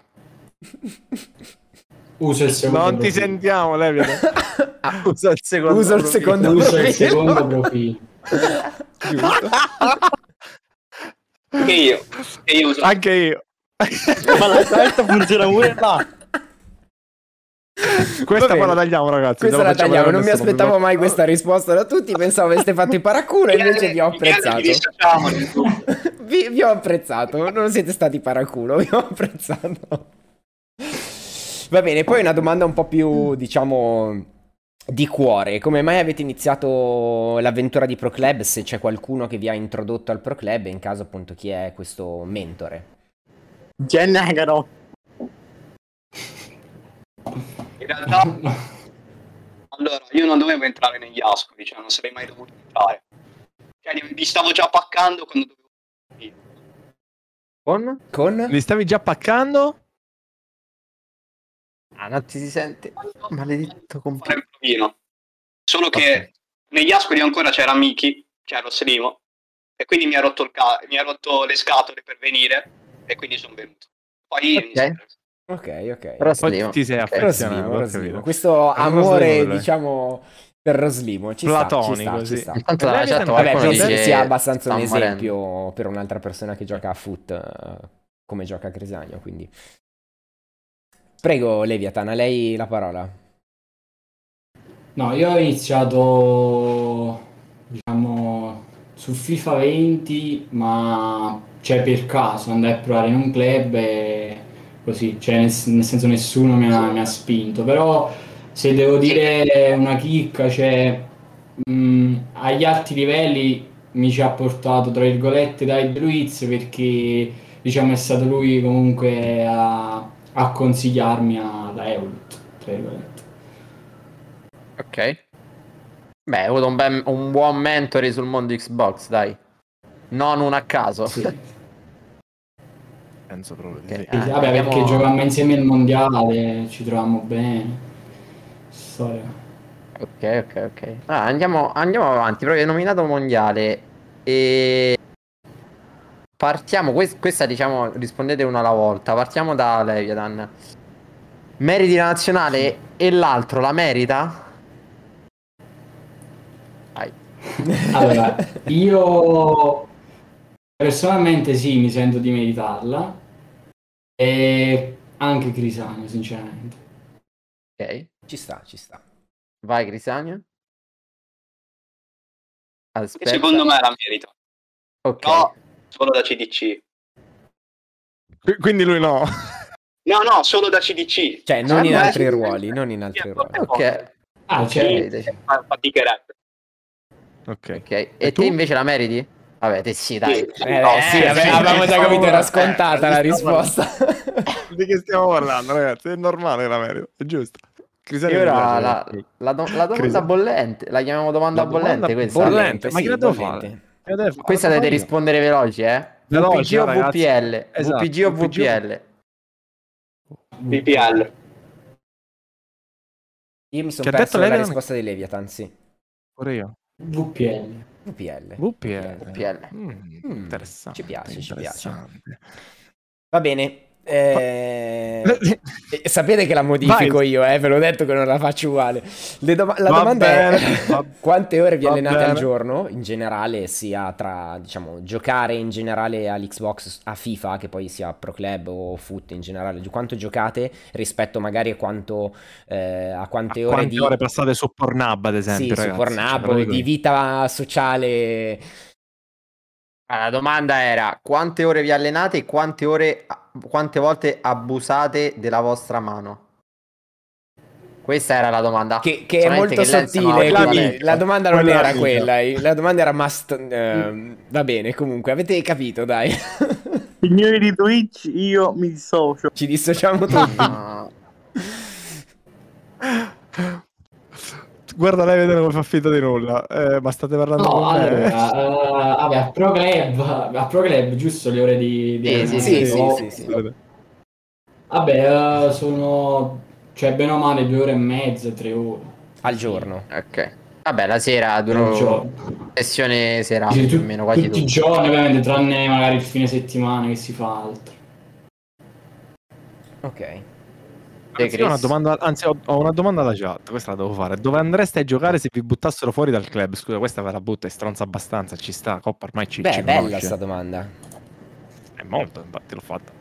[SPEAKER 5] Usa il secondo
[SPEAKER 2] Non ti
[SPEAKER 5] profilo.
[SPEAKER 2] sentiamo, Ah, Leviathan.
[SPEAKER 3] usa il secondo.
[SPEAKER 1] Uso il secondo
[SPEAKER 5] Usa il
[SPEAKER 1] profilo. [LAUGHS]
[SPEAKER 5] secondo profilo.
[SPEAKER 1] Giusto.
[SPEAKER 6] E io, e io
[SPEAKER 2] [LAUGHS]
[SPEAKER 6] uso
[SPEAKER 2] Anche io.
[SPEAKER 8] Ma la quarta funziona pure là.
[SPEAKER 2] Questa
[SPEAKER 1] bene.
[SPEAKER 2] poi la tagliamo, ragazzi.
[SPEAKER 1] Questa la tagliamo,
[SPEAKER 2] facciamo vedere
[SPEAKER 1] non mi
[SPEAKER 2] questo
[SPEAKER 1] aspettavo
[SPEAKER 2] momento.
[SPEAKER 1] mai questa risposta da tutti, pensavo aveste fatto i paraculo e invece vi ho apprezzato. Vi, vi ho apprezzato, non siete stati paraculo, vi ho apprezzato. Va bene, poi una domanda un po' più, diciamo, di cuore. Come mai avete iniziato l'avventura di Pro Club? Se c'è qualcuno che vi ha introdotto al Pro Club, e in caso appunto chi è questo mentore?
[SPEAKER 7] Gennaro.
[SPEAKER 6] In
[SPEAKER 3] [LAUGHS]
[SPEAKER 6] realtà, allora, io non dovevo entrare negli ascoli, cioè non sarei mai dovuto entrare. Cioè, li, li stavo già paccando quando dovevo
[SPEAKER 3] Con?
[SPEAKER 1] Con?
[SPEAKER 2] Li stavi già paccando?
[SPEAKER 3] Ah, non ti si sente. Maledetto
[SPEAKER 6] fare
[SPEAKER 3] computer.
[SPEAKER 6] il provino. Solo che
[SPEAKER 3] Ok.
[SPEAKER 6] negli ascoli ancora c'era Miki, c'era Slimo, e quindi mi ha rotto, il ca- mi ha rotto le scatole per venire, e quindi sono venuto. Poi
[SPEAKER 3] Ok.
[SPEAKER 1] Ok, ok.
[SPEAKER 3] Roslimo.
[SPEAKER 2] Poi ti sei
[SPEAKER 3] Ok.
[SPEAKER 2] affezionato.
[SPEAKER 1] Roslimo,
[SPEAKER 2] ho
[SPEAKER 1] Roslimo.
[SPEAKER 2] capito.
[SPEAKER 1] Questo
[SPEAKER 2] Roslimo,
[SPEAKER 1] amore,
[SPEAKER 2] lui.
[SPEAKER 1] diciamo, per Roslimo. Ci sta, ci
[SPEAKER 2] Platonico,
[SPEAKER 1] sta, ci
[SPEAKER 2] sì.
[SPEAKER 1] sta.
[SPEAKER 3] Intanto la
[SPEAKER 2] Leviathan-
[SPEAKER 3] chat
[SPEAKER 1] Vabbè,
[SPEAKER 3] qualcuno
[SPEAKER 1] penso
[SPEAKER 2] dice
[SPEAKER 1] che sia abbastanza un
[SPEAKER 3] sta morendo.
[SPEAKER 1] esempio per un'altra persona che gioca a foot eh, come gioca Cresagno, quindi... Prego, Leviathan, a lei la parola.
[SPEAKER 5] No, io ho iniziato, diciamo, su FIFA 20, ma cioè per caso andai a provare in un club e così, cioè nel, nel senso nessuno mi ha, mi ha spinto, però se devo dire una chicca, cioè mh, agli alti livelli mi ci ha portato, tra virgolette, Dai Luiz perché diciamo è stato lui comunque a, a consigliarmi alla Eulut, tra virgolette.
[SPEAKER 3] Ok. Beh, ho avuto un, ben- un buon mentore sul mondo Xbox, dai. Non uno a caso.
[SPEAKER 5] Sì.
[SPEAKER 2] Penso proprio di
[SPEAKER 3] Ok.
[SPEAKER 2] sì.
[SPEAKER 5] Sì,
[SPEAKER 3] Ah,
[SPEAKER 5] sì, vabbè,
[SPEAKER 3] abbiamo-
[SPEAKER 5] perché giocammo insieme al mondiale, ci trovammo bene. Storia.
[SPEAKER 3] Ok, ok, ok. Ah, andiamo, andiamo avanti. Proprio hai nominato mondiale. E partiamo. quest- questa, diciamo, rispondete una alla volta. Partiamo da Leviathan. Meriti la nazionale e l'altro la merita? Vai.
[SPEAKER 5] Allora, io personalmente sì, mi sento di meritarla. E anche Crisano, sinceramente.
[SPEAKER 3] Ok.
[SPEAKER 1] Ci sta, ci sta.
[SPEAKER 3] Vai, Crisagno. Aspetta.
[SPEAKER 6] secondo me la merito,
[SPEAKER 3] Ok.
[SPEAKER 6] però solo da CDC.
[SPEAKER 2] Qui- Quindi lui no.
[SPEAKER 6] No, no, solo da CDC.
[SPEAKER 1] Cioè, non
[SPEAKER 3] Ah,
[SPEAKER 1] in
[SPEAKER 3] ma-
[SPEAKER 1] altri ruoli, non in altri
[SPEAKER 6] Sì,
[SPEAKER 1] ruoli.
[SPEAKER 3] Ok.
[SPEAKER 5] Ah, cioè,
[SPEAKER 3] Ok, dai.
[SPEAKER 6] Fa- Faticherebbe.
[SPEAKER 2] Ok.
[SPEAKER 3] Ok. E, te
[SPEAKER 2] tu?
[SPEAKER 3] invece la meriti? Vabbè, te sì, dai.
[SPEAKER 6] Sì.
[SPEAKER 1] Eh,
[SPEAKER 6] No,
[SPEAKER 1] sì, vabbè,
[SPEAKER 2] sì,
[SPEAKER 1] avevamo
[SPEAKER 2] sì,
[SPEAKER 1] già
[SPEAKER 2] sì,
[SPEAKER 1] capito,
[SPEAKER 2] sì,
[SPEAKER 1] era
[SPEAKER 2] sì,
[SPEAKER 1] scontata
[SPEAKER 2] sì,
[SPEAKER 1] la
[SPEAKER 2] sì,
[SPEAKER 1] risposta.
[SPEAKER 2] [LAUGHS] Di che stiamo parlando, ragazzi? È normale la merito. È giusto. Crisale
[SPEAKER 3] E ora
[SPEAKER 2] mi piace,
[SPEAKER 3] la,
[SPEAKER 2] ragazzi.
[SPEAKER 3] la do- la domanda
[SPEAKER 2] Cresa.
[SPEAKER 3] bollente, la chiamiamo domanda
[SPEAKER 2] La domanda
[SPEAKER 3] bollente questa.
[SPEAKER 2] bollente. ma
[SPEAKER 1] sì,
[SPEAKER 2] che la devo
[SPEAKER 1] bollente.
[SPEAKER 2] E adesso-
[SPEAKER 3] Questa
[SPEAKER 2] adesso
[SPEAKER 3] dovete
[SPEAKER 2] io.
[SPEAKER 3] rispondere veloci, eh?
[SPEAKER 2] Veloci,
[SPEAKER 3] VPG o
[SPEAKER 2] ragazzi.
[SPEAKER 3] VPL?
[SPEAKER 2] Esatto,
[SPEAKER 3] VPG o
[SPEAKER 2] VPG.
[SPEAKER 3] VPL?
[SPEAKER 6] BPL.
[SPEAKER 1] Io mi sono
[SPEAKER 2] Che ha
[SPEAKER 1] perso
[SPEAKER 2] detto
[SPEAKER 1] la
[SPEAKER 2] Leviathan?
[SPEAKER 1] risposta di Leviathan, sì.
[SPEAKER 2] Pure io.
[SPEAKER 5] VPL.
[SPEAKER 1] VPL.
[SPEAKER 2] VPL.
[SPEAKER 3] VPL.
[SPEAKER 2] Mm,
[SPEAKER 1] Mm,
[SPEAKER 2] interessante.
[SPEAKER 1] ci piace, ci piace.
[SPEAKER 2] interessante.
[SPEAKER 1] Va bene. eh,
[SPEAKER 2] Le-
[SPEAKER 1] eh, sapete che la modifico
[SPEAKER 2] Vai.
[SPEAKER 1] io, eh, ve l'ho detto che non la faccio uguale. Le doma- la
[SPEAKER 2] Va
[SPEAKER 1] domanda
[SPEAKER 2] bene,
[SPEAKER 1] è
[SPEAKER 2] va-
[SPEAKER 1] [LAUGHS] quante ore vi
[SPEAKER 2] va
[SPEAKER 1] allenate al
[SPEAKER 2] bene.
[SPEAKER 1] giorno, in generale, sia tra, diciamo, giocare in generale all'Xbox a FIFA, che poi sia Pro Club o Foot in generale, quanto giocate rispetto magari a quanto, eh, a quante
[SPEAKER 2] A
[SPEAKER 1] ore
[SPEAKER 2] quante
[SPEAKER 1] di...
[SPEAKER 2] ore passate su Pornhub, ad esempio,
[SPEAKER 1] sì, su
[SPEAKER 2] ragazzi?
[SPEAKER 1] Pornhub,
[SPEAKER 2] Cioè, ve lo
[SPEAKER 1] di
[SPEAKER 2] dico.
[SPEAKER 1] vita sociale...
[SPEAKER 3] Ah, La domanda era quante ore vi allenate e quante, ore, quante volte abusate della vostra mano? Questa era la domanda.
[SPEAKER 1] Che, che è
[SPEAKER 3] Solamente
[SPEAKER 1] molto
[SPEAKER 3] che lei se non
[SPEAKER 1] sottile,
[SPEAKER 3] l'aveva
[SPEAKER 1] quindi
[SPEAKER 3] detto.
[SPEAKER 1] la domanda non
[SPEAKER 2] Quella
[SPEAKER 1] era
[SPEAKER 2] era
[SPEAKER 1] quella, eh, la domanda era must... ehm, va bene, comunque, avete capito, dai. [LAUGHS]
[SPEAKER 7] Signori di Twitch, io mi dissocio.
[SPEAKER 1] Ci dissociamo [LAUGHS] tutti.
[SPEAKER 3] Ah,
[SPEAKER 2] Guarda lei vedere come fa finta di nulla. Eh, ma state parlando
[SPEAKER 5] No,
[SPEAKER 2] con me?
[SPEAKER 5] allora, eh, vabbè, a Pro Club, a Pro Club, giusto le ore di... di
[SPEAKER 3] Sì, sì,
[SPEAKER 5] allenamento.
[SPEAKER 7] sì,
[SPEAKER 1] sì,
[SPEAKER 5] Oh,
[SPEAKER 1] sì.
[SPEAKER 5] Vabbè, eh, sono... cioè bene o male due ore e mezza, tre ore.
[SPEAKER 1] Al giorno.
[SPEAKER 3] ok. Vabbè, la sera
[SPEAKER 5] Al
[SPEAKER 3] duro
[SPEAKER 5] giorno.
[SPEAKER 3] sessione serale,
[SPEAKER 5] Sì, tu-
[SPEAKER 3] più o meno Ah, quasi
[SPEAKER 5] tutti i
[SPEAKER 3] tutto.
[SPEAKER 5] giorni, ovviamente, tranne magari il fine settimana che si fa altro.
[SPEAKER 1] Ok.
[SPEAKER 3] Te,
[SPEAKER 2] Anzi, io ho una
[SPEAKER 3] Chris?
[SPEAKER 2] domanda, anzi, ho, ho una domanda alla chat. Questa la devo fare. Dove andreste a giocare se vi buttassero fuori dal club? Scusa, questa ve la butta, è stronza abbastanza. Ci sta, Coppa ormai ci
[SPEAKER 1] Beh,
[SPEAKER 2] ci
[SPEAKER 1] bella
[SPEAKER 2] conosce.
[SPEAKER 1] sta domanda.
[SPEAKER 2] È molto, infatti, l'ho fatta.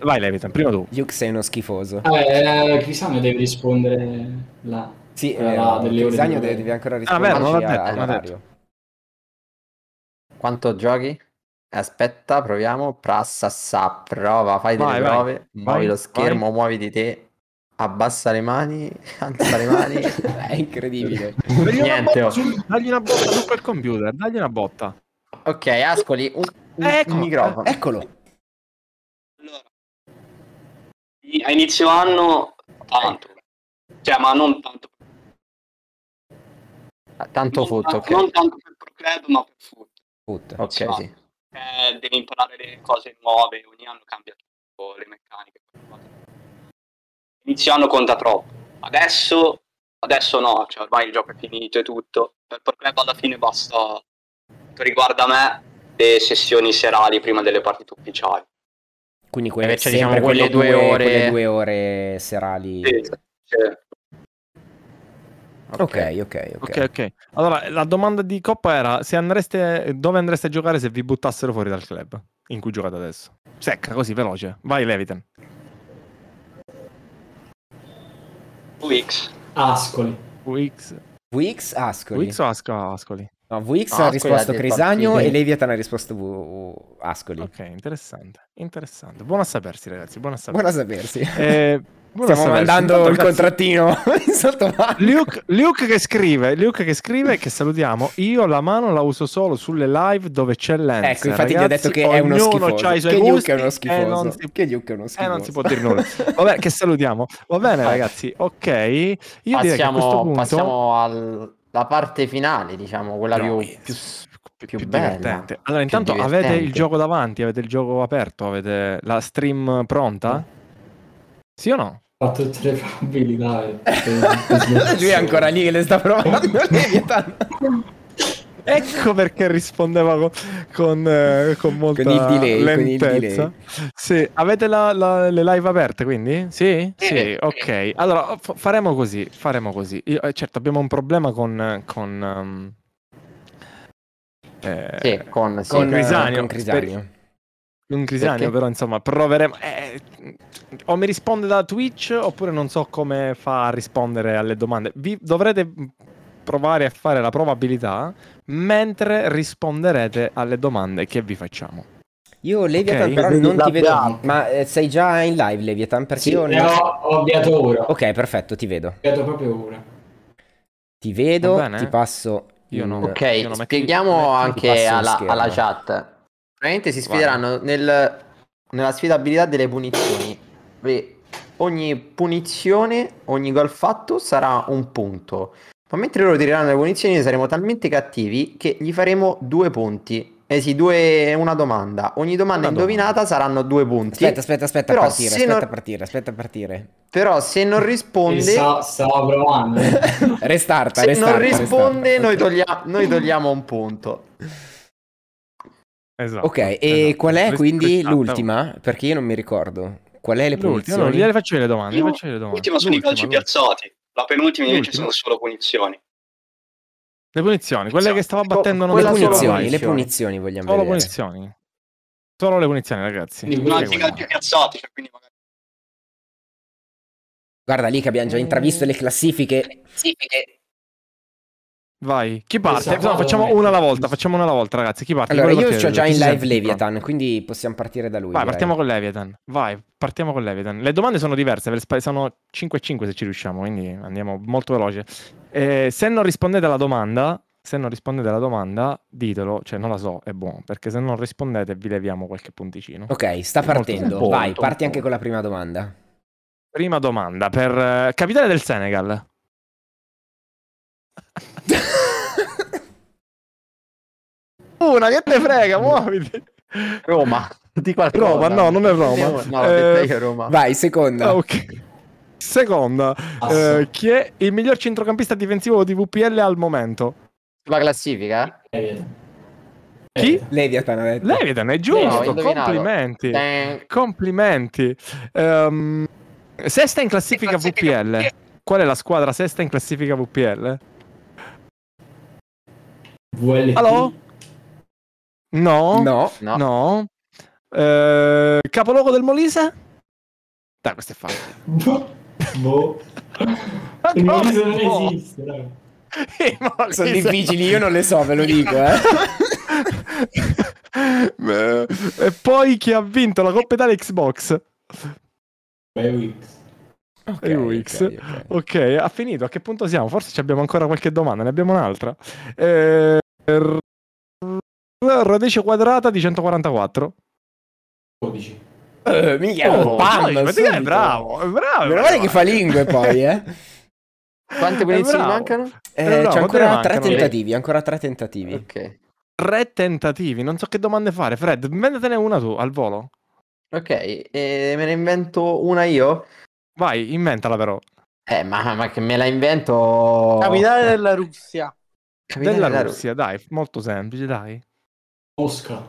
[SPEAKER 2] Vai, Levitan, prima tu.
[SPEAKER 1] Luke sei uno schifoso.
[SPEAKER 2] Ah,
[SPEAKER 5] Vabbè, eh, Crisano deve rispondere là.
[SPEAKER 1] Sì, è
[SPEAKER 5] Ah,
[SPEAKER 1] vero,
[SPEAKER 5] delle ore
[SPEAKER 1] Crisagno
[SPEAKER 5] di-
[SPEAKER 1] deve- devi ancora
[SPEAKER 2] Ah, vero,
[SPEAKER 1] risponderci
[SPEAKER 2] non l'ha detto,
[SPEAKER 1] a-
[SPEAKER 2] non l'ha
[SPEAKER 1] all'orario.
[SPEAKER 3] Quanto giochi? Aspetta, proviamo. Prassassa, prova, fai delle
[SPEAKER 2] Vai, vai.
[SPEAKER 3] prove, muovi
[SPEAKER 2] Vai,
[SPEAKER 3] lo schermo, muovi di te, abbassa le mani,
[SPEAKER 2] [LAUGHS]
[SPEAKER 3] [LAUGHS] alza le mani.
[SPEAKER 1] [LAUGHS] È incredibile.
[SPEAKER 2] Dagli una,
[SPEAKER 3] Niente,
[SPEAKER 2] botta
[SPEAKER 3] oh.
[SPEAKER 2] su, dagli una botta su quel computer, dagli una botta.
[SPEAKER 3] ok, ascoli un, un-
[SPEAKER 2] Ecco,
[SPEAKER 3] un microfono.
[SPEAKER 1] Eccolo.
[SPEAKER 6] Allora, a inizio anno tanto, cioè ma non tanto,
[SPEAKER 3] Tanto
[SPEAKER 6] non,
[SPEAKER 3] foot,
[SPEAKER 6] tanto-
[SPEAKER 3] Ah, ok.
[SPEAKER 6] non tanto per Pro Club ma per foot.
[SPEAKER 1] Put.
[SPEAKER 3] Ok,
[SPEAKER 6] Sì.
[SPEAKER 3] sì.
[SPEAKER 6] Eh, devi imparare le cose nuove, ogni anno cambia tutto, le meccaniche. quelle cose. Inizio anno conta troppo, adesso, adesso no, cioè ormai il gioco è finito e tutto. Per Pro Club alla fine basta, per quanto riguarda me, le sessioni serali prima delle partite ufficiali.
[SPEAKER 1] Quindi quelle,
[SPEAKER 3] Perché c'è, diciamo,
[SPEAKER 1] sempre
[SPEAKER 3] quelle due ore-
[SPEAKER 1] quelle due ore serali.
[SPEAKER 6] Cioè,
[SPEAKER 1] Ok, ok, ok.
[SPEAKER 2] esatto. Ok, ok. Allora, la domanda di Coppa era se andreste, dove andreste a giocare se vi buttassero fuori dal club in cui giocate adesso. Secca, così, veloce. Vai, Levitan.
[SPEAKER 6] UX.
[SPEAKER 5] Ascoli.
[SPEAKER 2] Wix,
[SPEAKER 1] VX Ascoli.
[SPEAKER 2] Wix o Asco- Ascoli?
[SPEAKER 1] No, VX
[SPEAKER 3] Ascoli
[SPEAKER 1] ha
[SPEAKER 3] ha
[SPEAKER 1] risposto
[SPEAKER 3] detto
[SPEAKER 1] Crisagno
[SPEAKER 3] Ascoli.
[SPEAKER 1] e Leviathan ha risposto V- Ascoli.
[SPEAKER 2] Ok, interessante. Interessante. Buono a sapersi, ragazzi. Buono a sapersi.
[SPEAKER 1] Buona sapersi.
[SPEAKER 2] Eh, buono a
[SPEAKER 1] Stiamo
[SPEAKER 2] sapersi.
[SPEAKER 1] mandando
[SPEAKER 2] Intanto,
[SPEAKER 1] il
[SPEAKER 2] cazzo,
[SPEAKER 1] contrattino [LAUGHS] in sottofondo.
[SPEAKER 2] Luke, Luke che scrive, Luke che scrive che salutiamo. Io la mano la uso solo sulle live dove c'è l'Enza.
[SPEAKER 1] Ecco, infatti gli ho detto che è uno
[SPEAKER 2] ognuno
[SPEAKER 1] schifoso.
[SPEAKER 2] c'ha i suoi
[SPEAKER 1] Che Luke
[SPEAKER 2] gusti
[SPEAKER 1] è uno
[SPEAKER 2] E non
[SPEAKER 1] schifoso.
[SPEAKER 2] si,
[SPEAKER 1] Che Luke è uno
[SPEAKER 2] e
[SPEAKER 1] schifoso.
[SPEAKER 2] non si può dire nulla.
[SPEAKER 1] [LAUGHS]
[SPEAKER 2] Vabbè, che salutiamo. Va bene, ragazzi. Ok, io direi che a questo
[SPEAKER 3] Passiamo,
[SPEAKER 2] punto
[SPEAKER 3] passiamo alla parte finale, diciamo, quella
[SPEAKER 2] No,
[SPEAKER 3] più,
[SPEAKER 2] eh,
[SPEAKER 3] più
[SPEAKER 2] più,
[SPEAKER 3] più
[SPEAKER 2] più
[SPEAKER 3] bella,
[SPEAKER 2] divertente.
[SPEAKER 3] più
[SPEAKER 2] Allora, intanto avete il
[SPEAKER 3] divertente.
[SPEAKER 2] gioco davanti, avete il gioco aperto, avete la stream pronta? Sì o no?
[SPEAKER 5] Ho tutte le [LAUGHS] probabilità. eh,
[SPEAKER 1] [LAUGHS]
[SPEAKER 5] per-
[SPEAKER 1] Lui è ancora lì che le sta provando. Leviathan. Eh.
[SPEAKER 2] Ecco perché rispondeva co- con, eh, con molta
[SPEAKER 1] Con il delay, con il
[SPEAKER 2] lentezza. Sì, avete la- la- le live aperte quindi? Sì? Sì,
[SPEAKER 6] sì.
[SPEAKER 2] ok. Allora fa- faremo così, faremo così. Io- eh, certo, abbiamo un problema con... con um, eh,
[SPEAKER 3] sì, con, sì,
[SPEAKER 2] con Crisagno,
[SPEAKER 1] Con Crisagno.
[SPEAKER 2] Un Cristiano,
[SPEAKER 3] Perché?
[SPEAKER 2] però insomma, proveremo. eh, o mi risponde da Twitch oppure non so come fa a rispondere alle domande. Vi dovrete provare a fare la probabilità mentre risponderete alle domande che vi facciamo.
[SPEAKER 1] Io Leviathan
[SPEAKER 2] Ok.
[SPEAKER 1] però non ti vedo.
[SPEAKER 7] Abbiamo.
[SPEAKER 1] Ma eh, sei già in live Leviathan perché
[SPEAKER 5] Sì,
[SPEAKER 1] io
[SPEAKER 3] eh,
[SPEAKER 5] ne
[SPEAKER 1] non-
[SPEAKER 5] ho, ho avviato ora. Ho
[SPEAKER 1] Ok, perfetto, ti vedo.
[SPEAKER 5] avviato proprio ora.
[SPEAKER 1] Ti vedo,
[SPEAKER 2] Va bene?
[SPEAKER 1] ti passo
[SPEAKER 2] Io no.
[SPEAKER 1] il-
[SPEAKER 3] Ok,
[SPEAKER 2] Io non metto-
[SPEAKER 3] spieghiamo
[SPEAKER 2] metto-
[SPEAKER 3] anche
[SPEAKER 1] passo lo
[SPEAKER 3] alla,
[SPEAKER 1] schermo.
[SPEAKER 3] alla chat. Probabilmente si sfideranno nel- nella sfidabilità delle punizioni. Beh, ogni punizione, ogni gol fatto sarà un punto. Ma mentre loro tireranno le punizioni, saremo talmente cattivi che gli faremo due punti. E Eh sì, due, una domanda. Ogni domanda
[SPEAKER 1] Una
[SPEAKER 3] indovinata saranno due punti.
[SPEAKER 1] Aspetta, aspetta, aspetta a
[SPEAKER 3] Però
[SPEAKER 1] partire,
[SPEAKER 3] se
[SPEAKER 1] aspetta
[SPEAKER 3] non-
[SPEAKER 1] a partire, aspetta a partire. [LAUGHS]
[SPEAKER 3] Però se non risponde,
[SPEAKER 5] Stavo, stavo provando. eh.
[SPEAKER 1] [LAUGHS] Restarta,
[SPEAKER 3] se
[SPEAKER 1] restarta,
[SPEAKER 3] non risponde,
[SPEAKER 1] restarta.
[SPEAKER 3] noi, toglia- noi togliamo un punto.
[SPEAKER 2] Esatto.
[SPEAKER 1] Ok, e
[SPEAKER 2] esatto.
[SPEAKER 1] qual è
[SPEAKER 2] Ris-
[SPEAKER 1] quindi
[SPEAKER 2] riscatta.
[SPEAKER 1] l'ultima? Perché io non mi ricordo. Qual è le
[SPEAKER 2] L'ultima, allora,
[SPEAKER 1] punizioni?
[SPEAKER 2] gliele faccio io le domande. gliele
[SPEAKER 6] Io-
[SPEAKER 2] faccio io le domande.
[SPEAKER 6] L'ultima sono i
[SPEAKER 2] L'ultima,
[SPEAKER 6] calci
[SPEAKER 2] l'ultima.
[SPEAKER 6] piazzati, la penultima invece
[SPEAKER 2] L'ultima.
[SPEAKER 6] sono solo punizioni.
[SPEAKER 2] Le punizioni, quelle che stava
[SPEAKER 6] Esatto.
[SPEAKER 3] Co-
[SPEAKER 2] battendo non
[SPEAKER 1] Le
[SPEAKER 3] quella sola
[SPEAKER 1] punizioni, le
[SPEAKER 3] punizione.
[SPEAKER 1] punizioni vogliamo
[SPEAKER 2] Solo
[SPEAKER 1] vedere.
[SPEAKER 2] punizioni. Solo le punizioni, ragazzi.
[SPEAKER 5] Quindi,
[SPEAKER 6] Non
[SPEAKER 5] quella-
[SPEAKER 6] anche i calci piazzati, cioè quindi magari
[SPEAKER 1] Guarda lì che abbiamo già intravisto le classifiche.
[SPEAKER 2] Vai, chi parte?
[SPEAKER 5] Questa
[SPEAKER 2] No,
[SPEAKER 5] qua
[SPEAKER 2] facciamo
[SPEAKER 5] veramente-
[SPEAKER 2] una alla volta, facciamo una alla volta, ragazzi. Chi parte?
[SPEAKER 1] Allora,
[SPEAKER 2] Chi vuole
[SPEAKER 1] io
[SPEAKER 2] partire?
[SPEAKER 1] ho già
[SPEAKER 2] Chi
[SPEAKER 1] in
[SPEAKER 2] si
[SPEAKER 1] live
[SPEAKER 2] sente più pronto?
[SPEAKER 1] Leviathan, quindi possiamo partire da lui.
[SPEAKER 2] Vai,
[SPEAKER 1] direi.
[SPEAKER 2] partiamo con Leviathan. Vai, partiamo con Leviathan. Le domande sono diverse, ve le spa- sono 5-5 se ci riusciamo, quindi andiamo molto veloce. Eh, se non rispondete alla domanda, se non rispondete alla domanda, ditelo, cioè non la so, è buono, perché se non rispondete vi leviamo qualche punticino.
[SPEAKER 1] Ok, sta partendo.
[SPEAKER 2] Molto
[SPEAKER 1] Vai,
[SPEAKER 2] molto
[SPEAKER 1] parti
[SPEAKER 2] molto.
[SPEAKER 1] anche con la prima
[SPEAKER 2] [LAUGHS]
[SPEAKER 1] domanda.
[SPEAKER 2] Prima domanda per eh, capitale del Senegal. Una, che te frega, muoviti.
[SPEAKER 3] Roma, [LAUGHS] di qualcosa.
[SPEAKER 2] Roma, no, non è
[SPEAKER 3] No,
[SPEAKER 2] Roma.
[SPEAKER 3] no, ho detto
[SPEAKER 2] Eh,
[SPEAKER 3] io Roma.
[SPEAKER 1] Vai,
[SPEAKER 2] Ah,
[SPEAKER 1] seconda.
[SPEAKER 2] ok. Seconda,
[SPEAKER 5] Asso.
[SPEAKER 2] eh, chi è il miglior centrocampista difensivo di VPL al momento?
[SPEAKER 3] Sulla classifica, eh?
[SPEAKER 2] Chi?
[SPEAKER 5] Eh,
[SPEAKER 1] Eh. Leviathan ha detto.
[SPEAKER 2] Levidan, è giusto,
[SPEAKER 3] ho indovinato. Eh.
[SPEAKER 2] complimenti.
[SPEAKER 3] Ten-
[SPEAKER 2] Complimenti. Ehm, sesta in classifica VPL. Qual è la squadra sesta in classifica VPL?
[SPEAKER 5] VLT.
[SPEAKER 2] Allo? No.
[SPEAKER 1] No.
[SPEAKER 3] No.
[SPEAKER 2] No. Eh, capoluogo del Molise? Dai, questo
[SPEAKER 1] [LAUGHS]
[SPEAKER 2] è facile.
[SPEAKER 5] Boh. Boh.
[SPEAKER 2] Ma
[SPEAKER 5] Il mio
[SPEAKER 2] come
[SPEAKER 5] viso non
[SPEAKER 2] boh?
[SPEAKER 5] esiste. dai.
[SPEAKER 2] Il Molise.
[SPEAKER 1] Sono difficili, io non le so, ve lo dico,
[SPEAKER 2] [LAUGHS]
[SPEAKER 1] eh.
[SPEAKER 2] Beh, Eh, e poi chi ha vinto la Coppa Italia Xbox?
[SPEAKER 5] Beh, Wix.
[SPEAKER 1] Ok,
[SPEAKER 2] EUX.
[SPEAKER 1] ok, ok.
[SPEAKER 2] Ok, ha finito. A che punto siamo? Forse ci abbiamo ancora qualche domanda. Ne abbiamo un'altra. Eh, r- radice quadrata di 144.
[SPEAKER 5] 12.
[SPEAKER 1] Eh, mica,
[SPEAKER 2] Oh,
[SPEAKER 1] pam,
[SPEAKER 2] dai, praticamente
[SPEAKER 1] subito.
[SPEAKER 2] è bravo, è bravo.
[SPEAKER 1] Meno male che fa lingue poi,
[SPEAKER 2] [LAUGHS]
[SPEAKER 1] eh.
[SPEAKER 3] Quante punizioni
[SPEAKER 2] bravo.
[SPEAKER 3] mancano?
[SPEAKER 1] Eh,
[SPEAKER 2] Eh, no,
[SPEAKER 1] c'è
[SPEAKER 2] quante ne
[SPEAKER 1] ancora tre
[SPEAKER 2] mancano?
[SPEAKER 1] tentativi, ancora tre tentativi.
[SPEAKER 3] Ok.
[SPEAKER 2] Tre tentativi, non so che domande fare. Fred, vendatene una tu al volo.
[SPEAKER 3] Ok, e me ne invento una io?
[SPEAKER 2] Vai, inventala però.
[SPEAKER 3] Eh, ma, ma che me la invento... Eh,
[SPEAKER 7] Capitale della Russia.
[SPEAKER 3] Capitale
[SPEAKER 2] Della
[SPEAKER 3] della Ru-
[SPEAKER 2] Russia, dai, molto semplice, dai.
[SPEAKER 5] Mosca.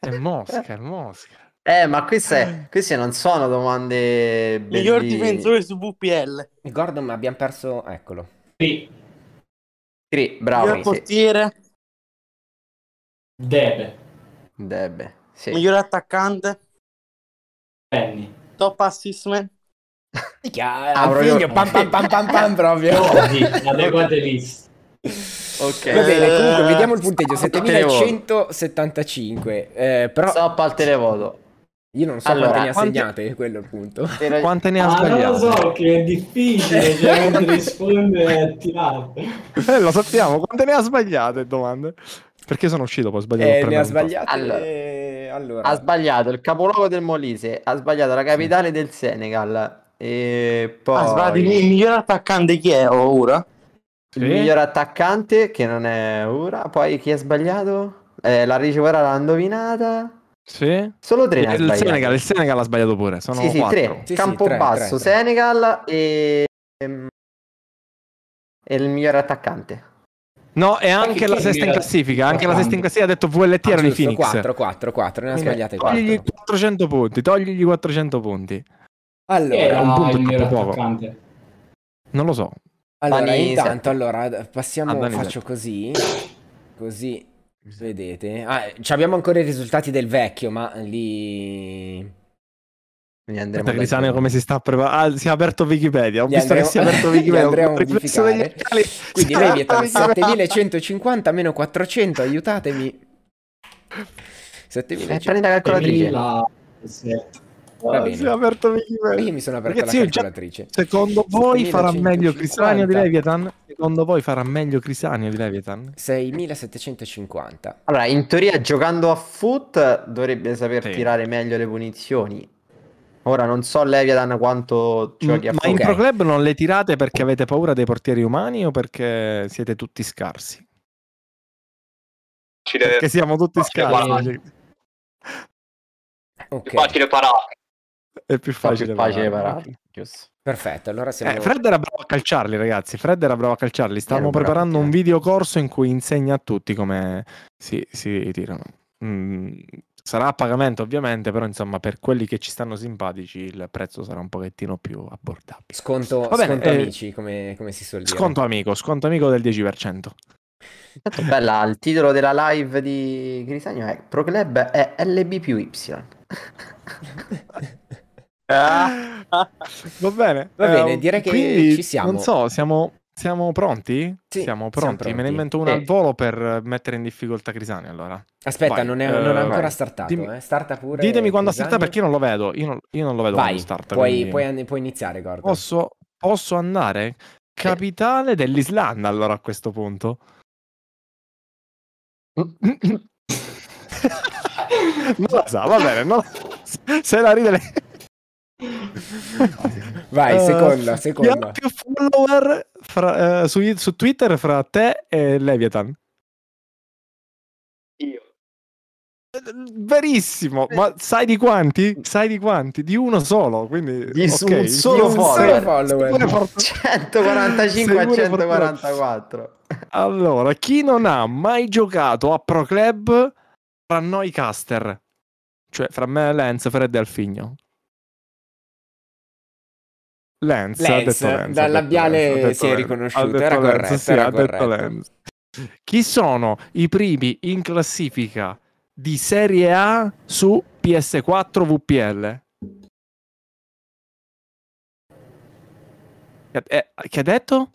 [SPEAKER 2] È Mosca, è Mosca.
[SPEAKER 3] Eh, ma queste, queste non sono domande
[SPEAKER 7] Miglior
[SPEAKER 3] belli-
[SPEAKER 7] difensore su VPL.
[SPEAKER 1] Eh, Gordon, ma abbiamo perso, eccolo.
[SPEAKER 5] Sì.
[SPEAKER 3] Sì,
[SPEAKER 7] Miglior
[SPEAKER 3] bravo, sì.
[SPEAKER 7] portiere.
[SPEAKER 5] Debe.
[SPEAKER 3] Debbe, sì.
[SPEAKER 7] Miglior attaccante.
[SPEAKER 5] Penny.
[SPEAKER 7] Top assist man.
[SPEAKER 1] Minchia,
[SPEAKER 3] Ah,
[SPEAKER 1] al
[SPEAKER 3] proprio-
[SPEAKER 1] figlio, pam pam pam pam pam [LAUGHS] proprio.
[SPEAKER 2] [LAUGHS]
[SPEAKER 5] Giochi. Adeguate liste.
[SPEAKER 3] Ok.
[SPEAKER 1] Va bene, comunque
[SPEAKER 7] Eh,
[SPEAKER 1] vediamo il punteggio,
[SPEAKER 3] stop al televoto.
[SPEAKER 1] 7175. Eh, però
[SPEAKER 3] Stop al televoto.
[SPEAKER 1] io non so
[SPEAKER 3] Allora,
[SPEAKER 1] quante ne ha
[SPEAKER 2] quanti-
[SPEAKER 1] segnate, quello è il punto.
[SPEAKER 3] Te Eh, lo-
[SPEAKER 2] Quante ne ha
[SPEAKER 5] Ah, non lo
[SPEAKER 2] sbagliate?
[SPEAKER 5] so che è difficile, cioè, mentre risponde a tirare.
[SPEAKER 2] Eh, lo sappiamo, quante ne ha sbagliate domande? Perché sono uscito poi ho sbagliato a
[SPEAKER 1] Eh, ne
[SPEAKER 2] premere
[SPEAKER 1] ha
[SPEAKER 2] un tasto.
[SPEAKER 1] sbagliate
[SPEAKER 3] Allora.
[SPEAKER 1] eh, allora.
[SPEAKER 3] Ha sbagliato il capoluogo del Molise, ha sbagliato la capitale del Senegal e poi
[SPEAKER 7] Ah, sbagli, il miglior attaccante chi è oh, ora?
[SPEAKER 3] il miglior attaccante che non è ora, poi chi ha sbagliato? Eh, la riceverà l'ha indovinata.
[SPEAKER 2] Sì?
[SPEAKER 3] Solo tre ne ha
[SPEAKER 2] Il
[SPEAKER 3] sbagliati.
[SPEAKER 2] Senegal, il Senegal ha sbagliato pure, sono
[SPEAKER 3] Sì, sì,
[SPEAKER 2] quattro.
[SPEAKER 3] tre.
[SPEAKER 1] Sì, sì,
[SPEAKER 3] Campobasso,
[SPEAKER 1] tre, tre, tre.
[SPEAKER 3] Senegal e... ehm, e il miglior attaccante.
[SPEAKER 2] No, e anche
[SPEAKER 5] che
[SPEAKER 2] la
[SPEAKER 5] chi
[SPEAKER 2] sesta in
[SPEAKER 5] era?
[SPEAKER 2] classifica, anche la sesta in classifica ha detto VLT erano i Phoenix.
[SPEAKER 1] 4 4 4, ne ha
[SPEAKER 2] Quindi
[SPEAKER 1] sbagliate
[SPEAKER 2] Togligli
[SPEAKER 1] 4.
[SPEAKER 2] 400 punti, togligli 400 punti.
[SPEAKER 1] Allora,
[SPEAKER 5] Era
[SPEAKER 2] un punto
[SPEAKER 5] Eh, il miglior
[SPEAKER 2] troppo poco.
[SPEAKER 5] attaccante.
[SPEAKER 2] Non lo so.
[SPEAKER 1] Allora,
[SPEAKER 3] Danese.
[SPEAKER 1] intanto, allora, passiamo,
[SPEAKER 2] Ah, Danese.
[SPEAKER 1] faccio così, così, vedete. Ah, ci abbiamo ancora i risultati del vecchio, ma lì... Gli
[SPEAKER 3] Quindi andremo
[SPEAKER 2] Guarda
[SPEAKER 3] da
[SPEAKER 2] Crisane
[SPEAKER 3] giù.
[SPEAKER 2] come si sta preparando. Ah, si è aperto Wikipedia. Ho visto
[SPEAKER 1] andremo-
[SPEAKER 2] che si è
[SPEAKER 1] [LAUGHS]
[SPEAKER 2] aperto
[SPEAKER 1] li
[SPEAKER 2] Wikipedia.
[SPEAKER 1] andremo
[SPEAKER 2] Ho
[SPEAKER 1] a
[SPEAKER 2] ripreso degli
[SPEAKER 1] modificare.
[SPEAKER 2] occhiali.
[SPEAKER 1] Quindi
[SPEAKER 2] Si è
[SPEAKER 1] Leviathan
[SPEAKER 2] aperto Wikipedia.
[SPEAKER 1] 7150 meno 400, aiutatemi.
[SPEAKER 3] Eh,
[SPEAKER 1] 7150.
[SPEAKER 3] prendi la calcolatrice.
[SPEAKER 5] 3000. Sì.
[SPEAKER 1] Va
[SPEAKER 2] Ah,
[SPEAKER 1] bene.
[SPEAKER 2] Si è aperto
[SPEAKER 1] Ma
[SPEAKER 2] Wikipedia.
[SPEAKER 1] Io mi sono aperta
[SPEAKER 2] Ragazzi,
[SPEAKER 1] la
[SPEAKER 2] io già-
[SPEAKER 1] calcolatrice.
[SPEAKER 2] Secondo voi farà
[SPEAKER 1] 7150.
[SPEAKER 2] meglio Crisanio di Leviathan? Secondo voi farà meglio Crisanio di Leviathan?
[SPEAKER 1] 6750.
[SPEAKER 3] Allora, in teoria giocando a foot dovrebbe saper
[SPEAKER 2] Sì.
[SPEAKER 3] tirare meglio le punizioni. Ora non so Leviathan quanto
[SPEAKER 2] Ma
[SPEAKER 3] giochi a
[SPEAKER 2] in
[SPEAKER 3] foot.
[SPEAKER 1] Ok.
[SPEAKER 2] Pro Club non le tirate perché avete paura dei portieri umani o perché siete tutti scarsi?
[SPEAKER 6] facile,
[SPEAKER 2] Perché siamo tutti
[SPEAKER 6] Sì, guarda.
[SPEAKER 2] scarsi.
[SPEAKER 6] più
[SPEAKER 1] Ok,
[SPEAKER 6] facile parare.
[SPEAKER 2] È più facile.
[SPEAKER 3] più facile
[SPEAKER 2] parlare.
[SPEAKER 3] parare. Giusto.
[SPEAKER 1] perfetto. Allora siamo...
[SPEAKER 2] Eh, Fred era bravo a calciarli, ragazzi. Fred era bravo a calciarli. Stavamo
[SPEAKER 3] Ero bravo,
[SPEAKER 2] preparando un
[SPEAKER 3] eh.
[SPEAKER 2] video corso in cui insegna a tutti come si, si tirano. Mm, sarà a pagamento, ovviamente, però insomma, per quelli che ci stanno simpatici, il prezzo sarà un pochettino più abbordabile.
[SPEAKER 1] Sconto,
[SPEAKER 2] Va bene,
[SPEAKER 1] sconto
[SPEAKER 2] eh,
[SPEAKER 1] amici, come, come si suol dire.
[SPEAKER 2] Sconto amico, sconto amico del 10%.
[SPEAKER 3] Tanto bella, il titolo della live di Crisagno è Pro Club è LB più Y. Ah.
[SPEAKER 2] Va bene.
[SPEAKER 1] Va bene,
[SPEAKER 2] Eh,
[SPEAKER 1] direi che
[SPEAKER 2] quindi,
[SPEAKER 1] ci siamo.
[SPEAKER 2] Non so, siamo, siamo pronti?
[SPEAKER 1] Sì,
[SPEAKER 2] siamo
[SPEAKER 1] siamo
[SPEAKER 2] pronti. Me ne
[SPEAKER 1] pronti.
[SPEAKER 2] invento una
[SPEAKER 3] Sì.
[SPEAKER 2] al volo per eh, mettere in difficoltà Crisani, allora.
[SPEAKER 1] [LAUGHS] Aspetta,
[SPEAKER 2] Vai,
[SPEAKER 1] non è,
[SPEAKER 2] eh,
[SPEAKER 1] non è ancora
[SPEAKER 2] vai.
[SPEAKER 1] startato.
[SPEAKER 2] Dimmi-
[SPEAKER 1] eh. Starta pure.
[SPEAKER 2] Ditemi quando starta
[SPEAKER 1] Crisani.
[SPEAKER 2] perché io non lo vedo. Io non, io non lo vedo
[SPEAKER 1] Vai,
[SPEAKER 2] quando starta.
[SPEAKER 1] puoi,
[SPEAKER 2] quindi-
[SPEAKER 1] puoi- puoi iniziare, Gordon.
[SPEAKER 2] Posso, posso andare? Capitale dell'Islanda, allora a questo
[SPEAKER 1] [LAUGHS]
[SPEAKER 2] punto. non la sa, va bene. non- Se la ride lei.
[SPEAKER 1] Vai,
[SPEAKER 2] Eh,
[SPEAKER 1] seconda,
[SPEAKER 2] Chi
[SPEAKER 1] seconda.
[SPEAKER 2] ha più follower fra- eh, su, su Twitter fra te e Leviathan?
[SPEAKER 6] Io.
[SPEAKER 2] Verissimo, ma sai di quanti? Sai di quanti? Di uno solo, quindi
[SPEAKER 3] Di su-
[SPEAKER 2] ok,
[SPEAKER 3] un
[SPEAKER 2] di
[SPEAKER 3] solo
[SPEAKER 2] un
[SPEAKER 3] follower.
[SPEAKER 1] follower.
[SPEAKER 2] Sicuro follower.
[SPEAKER 3] 145 a
[SPEAKER 2] Sicuro follower.
[SPEAKER 3] 144.
[SPEAKER 2] Allora, chi non ha mai giocato a Pro Club fra noi caster? Cioè, fra me, Lenz, Fred e Alfigno. Lenz, ha
[SPEAKER 1] Lenz,
[SPEAKER 2] detto Lenz, ha
[SPEAKER 1] dal
[SPEAKER 2] detto
[SPEAKER 1] labiale
[SPEAKER 2] Lenz, ha detto
[SPEAKER 1] si è
[SPEAKER 2] Lenz,
[SPEAKER 1] riconosciuto,
[SPEAKER 2] ha detto
[SPEAKER 1] era
[SPEAKER 2] Lenz,
[SPEAKER 1] corretto,
[SPEAKER 2] sì,
[SPEAKER 1] era
[SPEAKER 2] ha detto
[SPEAKER 1] corretto.
[SPEAKER 2] Lenz. Chi sono i primi in classifica di Serie A su PS4 VPL? Che- eh, che ha detto?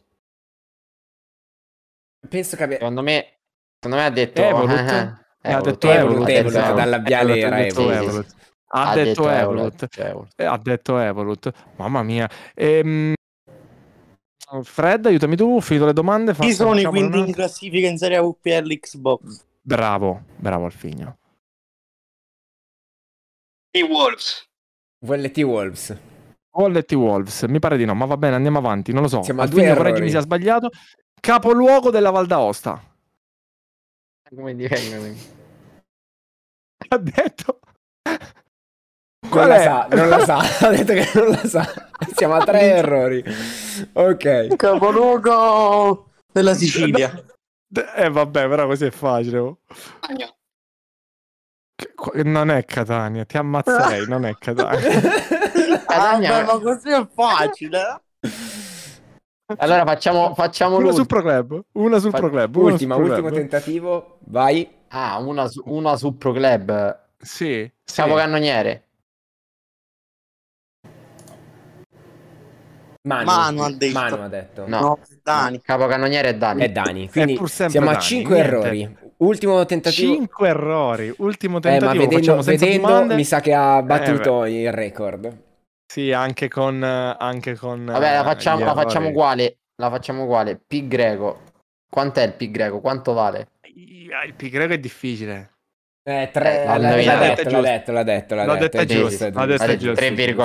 [SPEAKER 1] Penso che abbia...
[SPEAKER 3] Secondo me, secondo me ha detto
[SPEAKER 2] Evolut?
[SPEAKER 3] eh, eh.
[SPEAKER 2] Eh, ha detto
[SPEAKER 1] Evolut,
[SPEAKER 2] Evolut,
[SPEAKER 1] Evolut,
[SPEAKER 2] Evolut.
[SPEAKER 1] dal labiale
[SPEAKER 2] Evolut, ha
[SPEAKER 1] era
[SPEAKER 2] detto
[SPEAKER 1] Evolut.
[SPEAKER 2] Evolut. Ha, detto, Evolut.
[SPEAKER 3] Evolut.
[SPEAKER 2] Eh, Ha detto Evolut. Mamma mia. Ehm, Fred, aiutami tu, finito le domande. fa-
[SPEAKER 7] Chi sono i
[SPEAKER 2] facciamo
[SPEAKER 7] quindi
[SPEAKER 2] un
[SPEAKER 7] in
[SPEAKER 2] attimo.
[SPEAKER 7] classifica in Serie A UPL Xbox?
[SPEAKER 2] Bravo, bravo Alfigno.
[SPEAKER 6] I Wolves.
[SPEAKER 1] VLT Wolves.
[SPEAKER 2] Wallet Wolves, mi pare di no, ma va bene, andiamo avanti, non lo so.
[SPEAKER 1] Siamo a
[SPEAKER 2] Alfigno,
[SPEAKER 1] due
[SPEAKER 2] correggimi
[SPEAKER 1] errori.
[SPEAKER 2] se ha sbagliato. Capoluogo della Val d'Aosta. [LAUGHS]
[SPEAKER 3] Come divengono?
[SPEAKER 2] Ha detto...
[SPEAKER 1] Non
[SPEAKER 2] Qual
[SPEAKER 1] la
[SPEAKER 2] è?
[SPEAKER 1] sa, non la sa.
[SPEAKER 2] [LAUGHS]
[SPEAKER 1] ha detto che non la sa. Siamo a tre errori.
[SPEAKER 2] [LAUGHS]
[SPEAKER 1] Ok.
[SPEAKER 7] Capoluogo della Sicilia.
[SPEAKER 2] Eh vabbè, però così è facile. oh.
[SPEAKER 6] Agna.
[SPEAKER 2] Che- qu- Non è Catania, ti ammazzerei, non è Catania.
[SPEAKER 3] Catania-
[SPEAKER 7] Ah, beh, ma così è facile. eh?
[SPEAKER 3] Allora facciamo, facciamo
[SPEAKER 2] Una
[SPEAKER 3] l'ultima.
[SPEAKER 2] sul Pro Club, una sul
[SPEAKER 1] Fa-
[SPEAKER 2] Pro Club. una
[SPEAKER 1] Ultima,
[SPEAKER 2] sul Pro
[SPEAKER 1] ultimo
[SPEAKER 2] Club.
[SPEAKER 1] tentativo. Vai.
[SPEAKER 3] Ah, una su, una su Pro Club.
[SPEAKER 2] Sì, sì.
[SPEAKER 3] Capocannoniere.
[SPEAKER 1] Manu.
[SPEAKER 7] Manu ha detto.
[SPEAKER 1] Manu ha detto.
[SPEAKER 3] No.
[SPEAKER 7] No, Dani.
[SPEAKER 3] Capocannoniere è Dani.
[SPEAKER 1] È Dani. Quindi
[SPEAKER 2] pur sempre
[SPEAKER 1] siamo a
[SPEAKER 2] Dani,
[SPEAKER 1] 5
[SPEAKER 2] niente.
[SPEAKER 1] errori. Ultimo tentativo.
[SPEAKER 2] Cinque errori, ultimo
[SPEAKER 1] Eh,
[SPEAKER 2] tentativo.
[SPEAKER 1] ma vedendo,
[SPEAKER 2] Facciamo senza
[SPEAKER 1] vedendo
[SPEAKER 2] domande. Eh,
[SPEAKER 1] mi sa che ha battuto
[SPEAKER 2] beh.
[SPEAKER 1] il record. Eh,
[SPEAKER 2] Sì, anche con... eh, Anche con
[SPEAKER 3] Vabbè, la
[SPEAKER 2] eh,
[SPEAKER 3] facciamo,
[SPEAKER 2] gli
[SPEAKER 3] la facciamo
[SPEAKER 2] errori.
[SPEAKER 3] uguale. La facciamo uguale. Pi greco. Quant'è il pi greco? Quanto vale?
[SPEAKER 2] Ah, Il pi greco è difficile.
[SPEAKER 1] Eh, tre,
[SPEAKER 2] Eh,
[SPEAKER 1] l'ha,
[SPEAKER 3] l'ha
[SPEAKER 1] l'ha
[SPEAKER 3] detto,
[SPEAKER 1] detto,
[SPEAKER 2] giusto.
[SPEAKER 1] l'ha detto, l'ha detto, l'ha
[SPEAKER 2] L'ha
[SPEAKER 1] detto,
[SPEAKER 2] detta
[SPEAKER 1] è giusto,
[SPEAKER 2] giusta,
[SPEAKER 1] è
[SPEAKER 2] l'ha detta
[SPEAKER 1] giusto.
[SPEAKER 3] Ha
[SPEAKER 2] è
[SPEAKER 3] detto
[SPEAKER 2] giusto,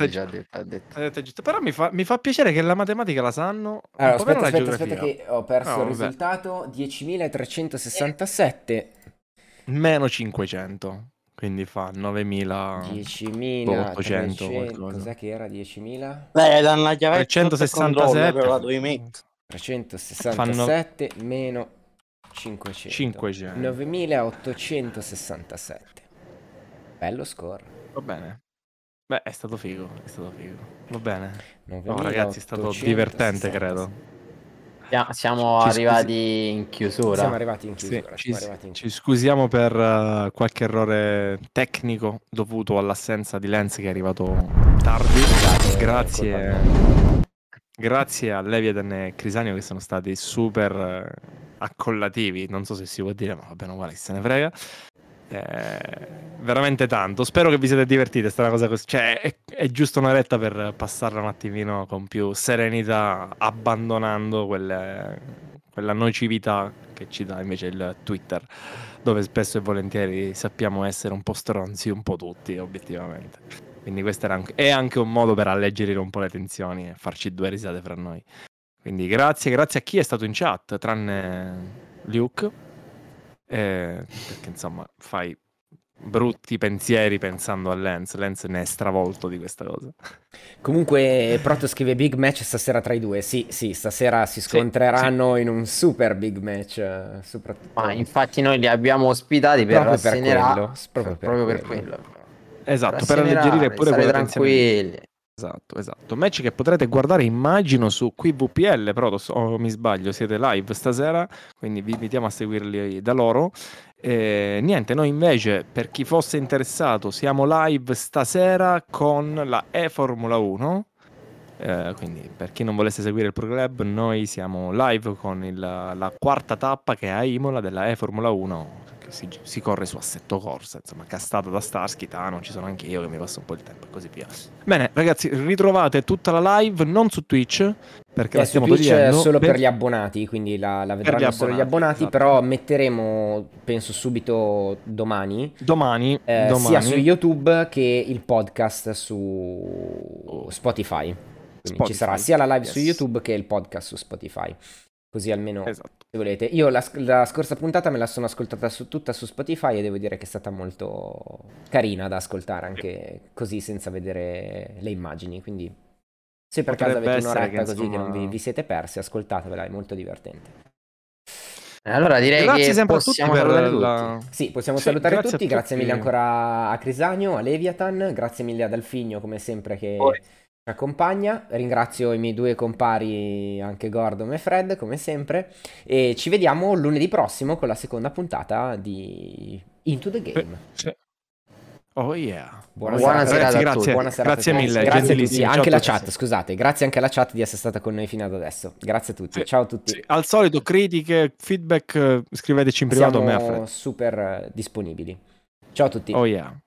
[SPEAKER 3] 3,14.
[SPEAKER 2] giusto.
[SPEAKER 3] ha detto- ha detto.
[SPEAKER 2] Ha detto giusto. Però mi fa, mi fa piacere che la matematica la sanno.
[SPEAKER 1] Allora,
[SPEAKER 2] un po' meno
[SPEAKER 1] aspetta,
[SPEAKER 2] la
[SPEAKER 1] aspetta,
[SPEAKER 2] geografia.
[SPEAKER 1] aspetta che ho perso
[SPEAKER 2] No,
[SPEAKER 1] il
[SPEAKER 2] Oh, vabbè.
[SPEAKER 1] risultato. 10.367.
[SPEAKER 2] Meno 500. Quindi fa 9000... 800
[SPEAKER 1] 10.300.
[SPEAKER 2] qualcosa.
[SPEAKER 1] Cos'è che era? 10.000?
[SPEAKER 7] Beh, danno la chiavetta sotto il controllo,
[SPEAKER 2] 367
[SPEAKER 7] però la devi mettere.
[SPEAKER 1] 367 meno 500.
[SPEAKER 2] 500.
[SPEAKER 1] 9.867. Bello score.
[SPEAKER 2] Va bene. Beh, è stato figo, è stato figo. Va bene. No,
[SPEAKER 1] 9.867.
[SPEAKER 2] ragazzi, è stato divertente, credo.
[SPEAKER 3] Sia- Siamo
[SPEAKER 2] Ci scusi-
[SPEAKER 3] arrivati in chiusura.
[SPEAKER 1] Siamo arrivati in
[SPEAKER 2] Sì,
[SPEAKER 1] chiusura.
[SPEAKER 2] ci,
[SPEAKER 1] siamo arrivati in
[SPEAKER 2] ci scusiamo per eh, qualche errore tecnico dovuto all'assenza di Lenz che è arrivato tardi. Grazie. Grazie a Leviathan e Crisanio che sono stati super eh, accollativi, non so se si può dire, ma va bene, uguale, chi se ne frega. Eh, veramente tanto. Spero che vi siete divertiti. è stata una cosa così. Cioè, è, è giusto un'oretta per passarla un attimino con più serenità, abbandonando quelle- quella nocività che ci dà invece il Twitter, dove spesso e volentieri sappiamo essere un po' stronzi, un po' tutti, obiettivamente. Quindi questo era anche- è anche un modo per alleggerire un po' le tensioni e farci due risate fra noi. Quindi grazie, grazie a chi è stato in chat, tranne Luke. eh, perché insomma fai brutti pensieri pensando a Lens. Lens ne è stravolto di questa cosa.
[SPEAKER 1] Comunque, Proto scrive big match stasera tra i due. Sì, sì, stasera si scontreranno in un super big match. eh, Soprattutto
[SPEAKER 3] Ma infatti noi li abbiamo ospitati per
[SPEAKER 1] Proprio per
[SPEAKER 3] rassegnare-
[SPEAKER 1] quello,
[SPEAKER 3] per-
[SPEAKER 1] proprio per
[SPEAKER 3] proprio per
[SPEAKER 1] quello.
[SPEAKER 3] quello.
[SPEAKER 2] Esatto, per
[SPEAKER 3] Rassegnare,
[SPEAKER 2] alleggerire pure
[SPEAKER 3] stare
[SPEAKER 2] quella tensione.
[SPEAKER 3] tranquilli.
[SPEAKER 2] Esatto, esatto. Match che potrete guardare, immagino, su QVPL, però se mi sbaglio, siete live stasera, quindi vi invitiamo a seguirli da loro. Eh, niente, noi invece, per chi fosse interessato, siamo live stasera con la E-Formula 1. Eh, quindi per chi non volesse seguire il Pro Club, noi siamo live con il- la quarta tappa che è a Imola della E-Formula 1. che Si, si corre su assetto corsa, insomma, castata da Starsky, Tano, ci sono anche io che mi passo un po' il tempo e così via. Bene, ragazzi, ritrovate tutta la live non su Twitch perché la
[SPEAKER 1] Adesso
[SPEAKER 2] stiamo
[SPEAKER 1] Eh, Twitch è
[SPEAKER 2] togliendo.
[SPEAKER 1] solo per
[SPEAKER 2] ben-
[SPEAKER 1] gli abbonati, quindi la, la vedranno
[SPEAKER 2] gli
[SPEAKER 1] solo gli abbonati,
[SPEAKER 2] abbonati, esatto.
[SPEAKER 1] però metteremo, penso subito domani,
[SPEAKER 2] domani,
[SPEAKER 1] eh,
[SPEAKER 2] domani.
[SPEAKER 1] sia su YouTube che il podcast su Spotify. Quindi
[SPEAKER 2] Spotify,
[SPEAKER 1] ci sarà sia la live su
[SPEAKER 2] yes.
[SPEAKER 1] YouTube che il podcast su Spotify. Così almeno
[SPEAKER 2] Esatto.
[SPEAKER 1] se volete. Io la, sc- la scorsa puntata me la sono ascoltata su- tutta su Spotify e devo dire che è stata molto carina da ascoltare anche così senza vedere le immagini. Quindi se per caso
[SPEAKER 2] Potrebbe
[SPEAKER 1] avete
[SPEAKER 2] essere
[SPEAKER 1] un'oretta
[SPEAKER 2] che,
[SPEAKER 1] così che non vi,
[SPEAKER 2] insomma-
[SPEAKER 1] vi siete persi, ascoltatevela, è molto divertente.
[SPEAKER 3] E Allora direi
[SPEAKER 2] Grazie
[SPEAKER 3] che
[SPEAKER 2] sempre a tutti
[SPEAKER 3] possiamo
[SPEAKER 2] per
[SPEAKER 3] salutare
[SPEAKER 2] la...
[SPEAKER 1] Sì, possiamo
[SPEAKER 2] Sì,
[SPEAKER 1] salutare
[SPEAKER 2] grazie a
[SPEAKER 1] tutti, grazie
[SPEAKER 2] tutti.
[SPEAKER 1] mille ancora a Crisagno, a Leviathan, grazie mille ad Alfigno come sempre che
[SPEAKER 6] Poi.
[SPEAKER 1] ci accompagna, ringrazio i miei due compari anche Gordon e Fred come sempre e ci vediamo lunedì prossimo con la seconda puntata di Into the Game.
[SPEAKER 2] Sì. Oh yeah.
[SPEAKER 1] Buona serata,
[SPEAKER 3] Buona serata
[SPEAKER 2] ragazzi,
[SPEAKER 3] a
[SPEAKER 2] grazie.
[SPEAKER 3] tutti.
[SPEAKER 1] Buona serata
[SPEAKER 2] grazie
[SPEAKER 1] a tutti.
[SPEAKER 2] mille,
[SPEAKER 1] grazie a tutti,
[SPEAKER 2] gentilissimi. Ciao
[SPEAKER 1] anche
[SPEAKER 2] a
[SPEAKER 1] la
[SPEAKER 2] tutti.
[SPEAKER 1] chat, scusate, grazie anche alla chat di essere stata con noi fino ad adesso. Grazie a tutti,
[SPEAKER 2] Sì,
[SPEAKER 1] ciao a tutti.
[SPEAKER 2] Sì, al solito critiche, feedback, eh, scriveteci in privato a me a
[SPEAKER 1] Siamo
[SPEAKER 2] Fred.
[SPEAKER 1] super eh, disponibili. Ciao a tutti.
[SPEAKER 2] Oh yeah.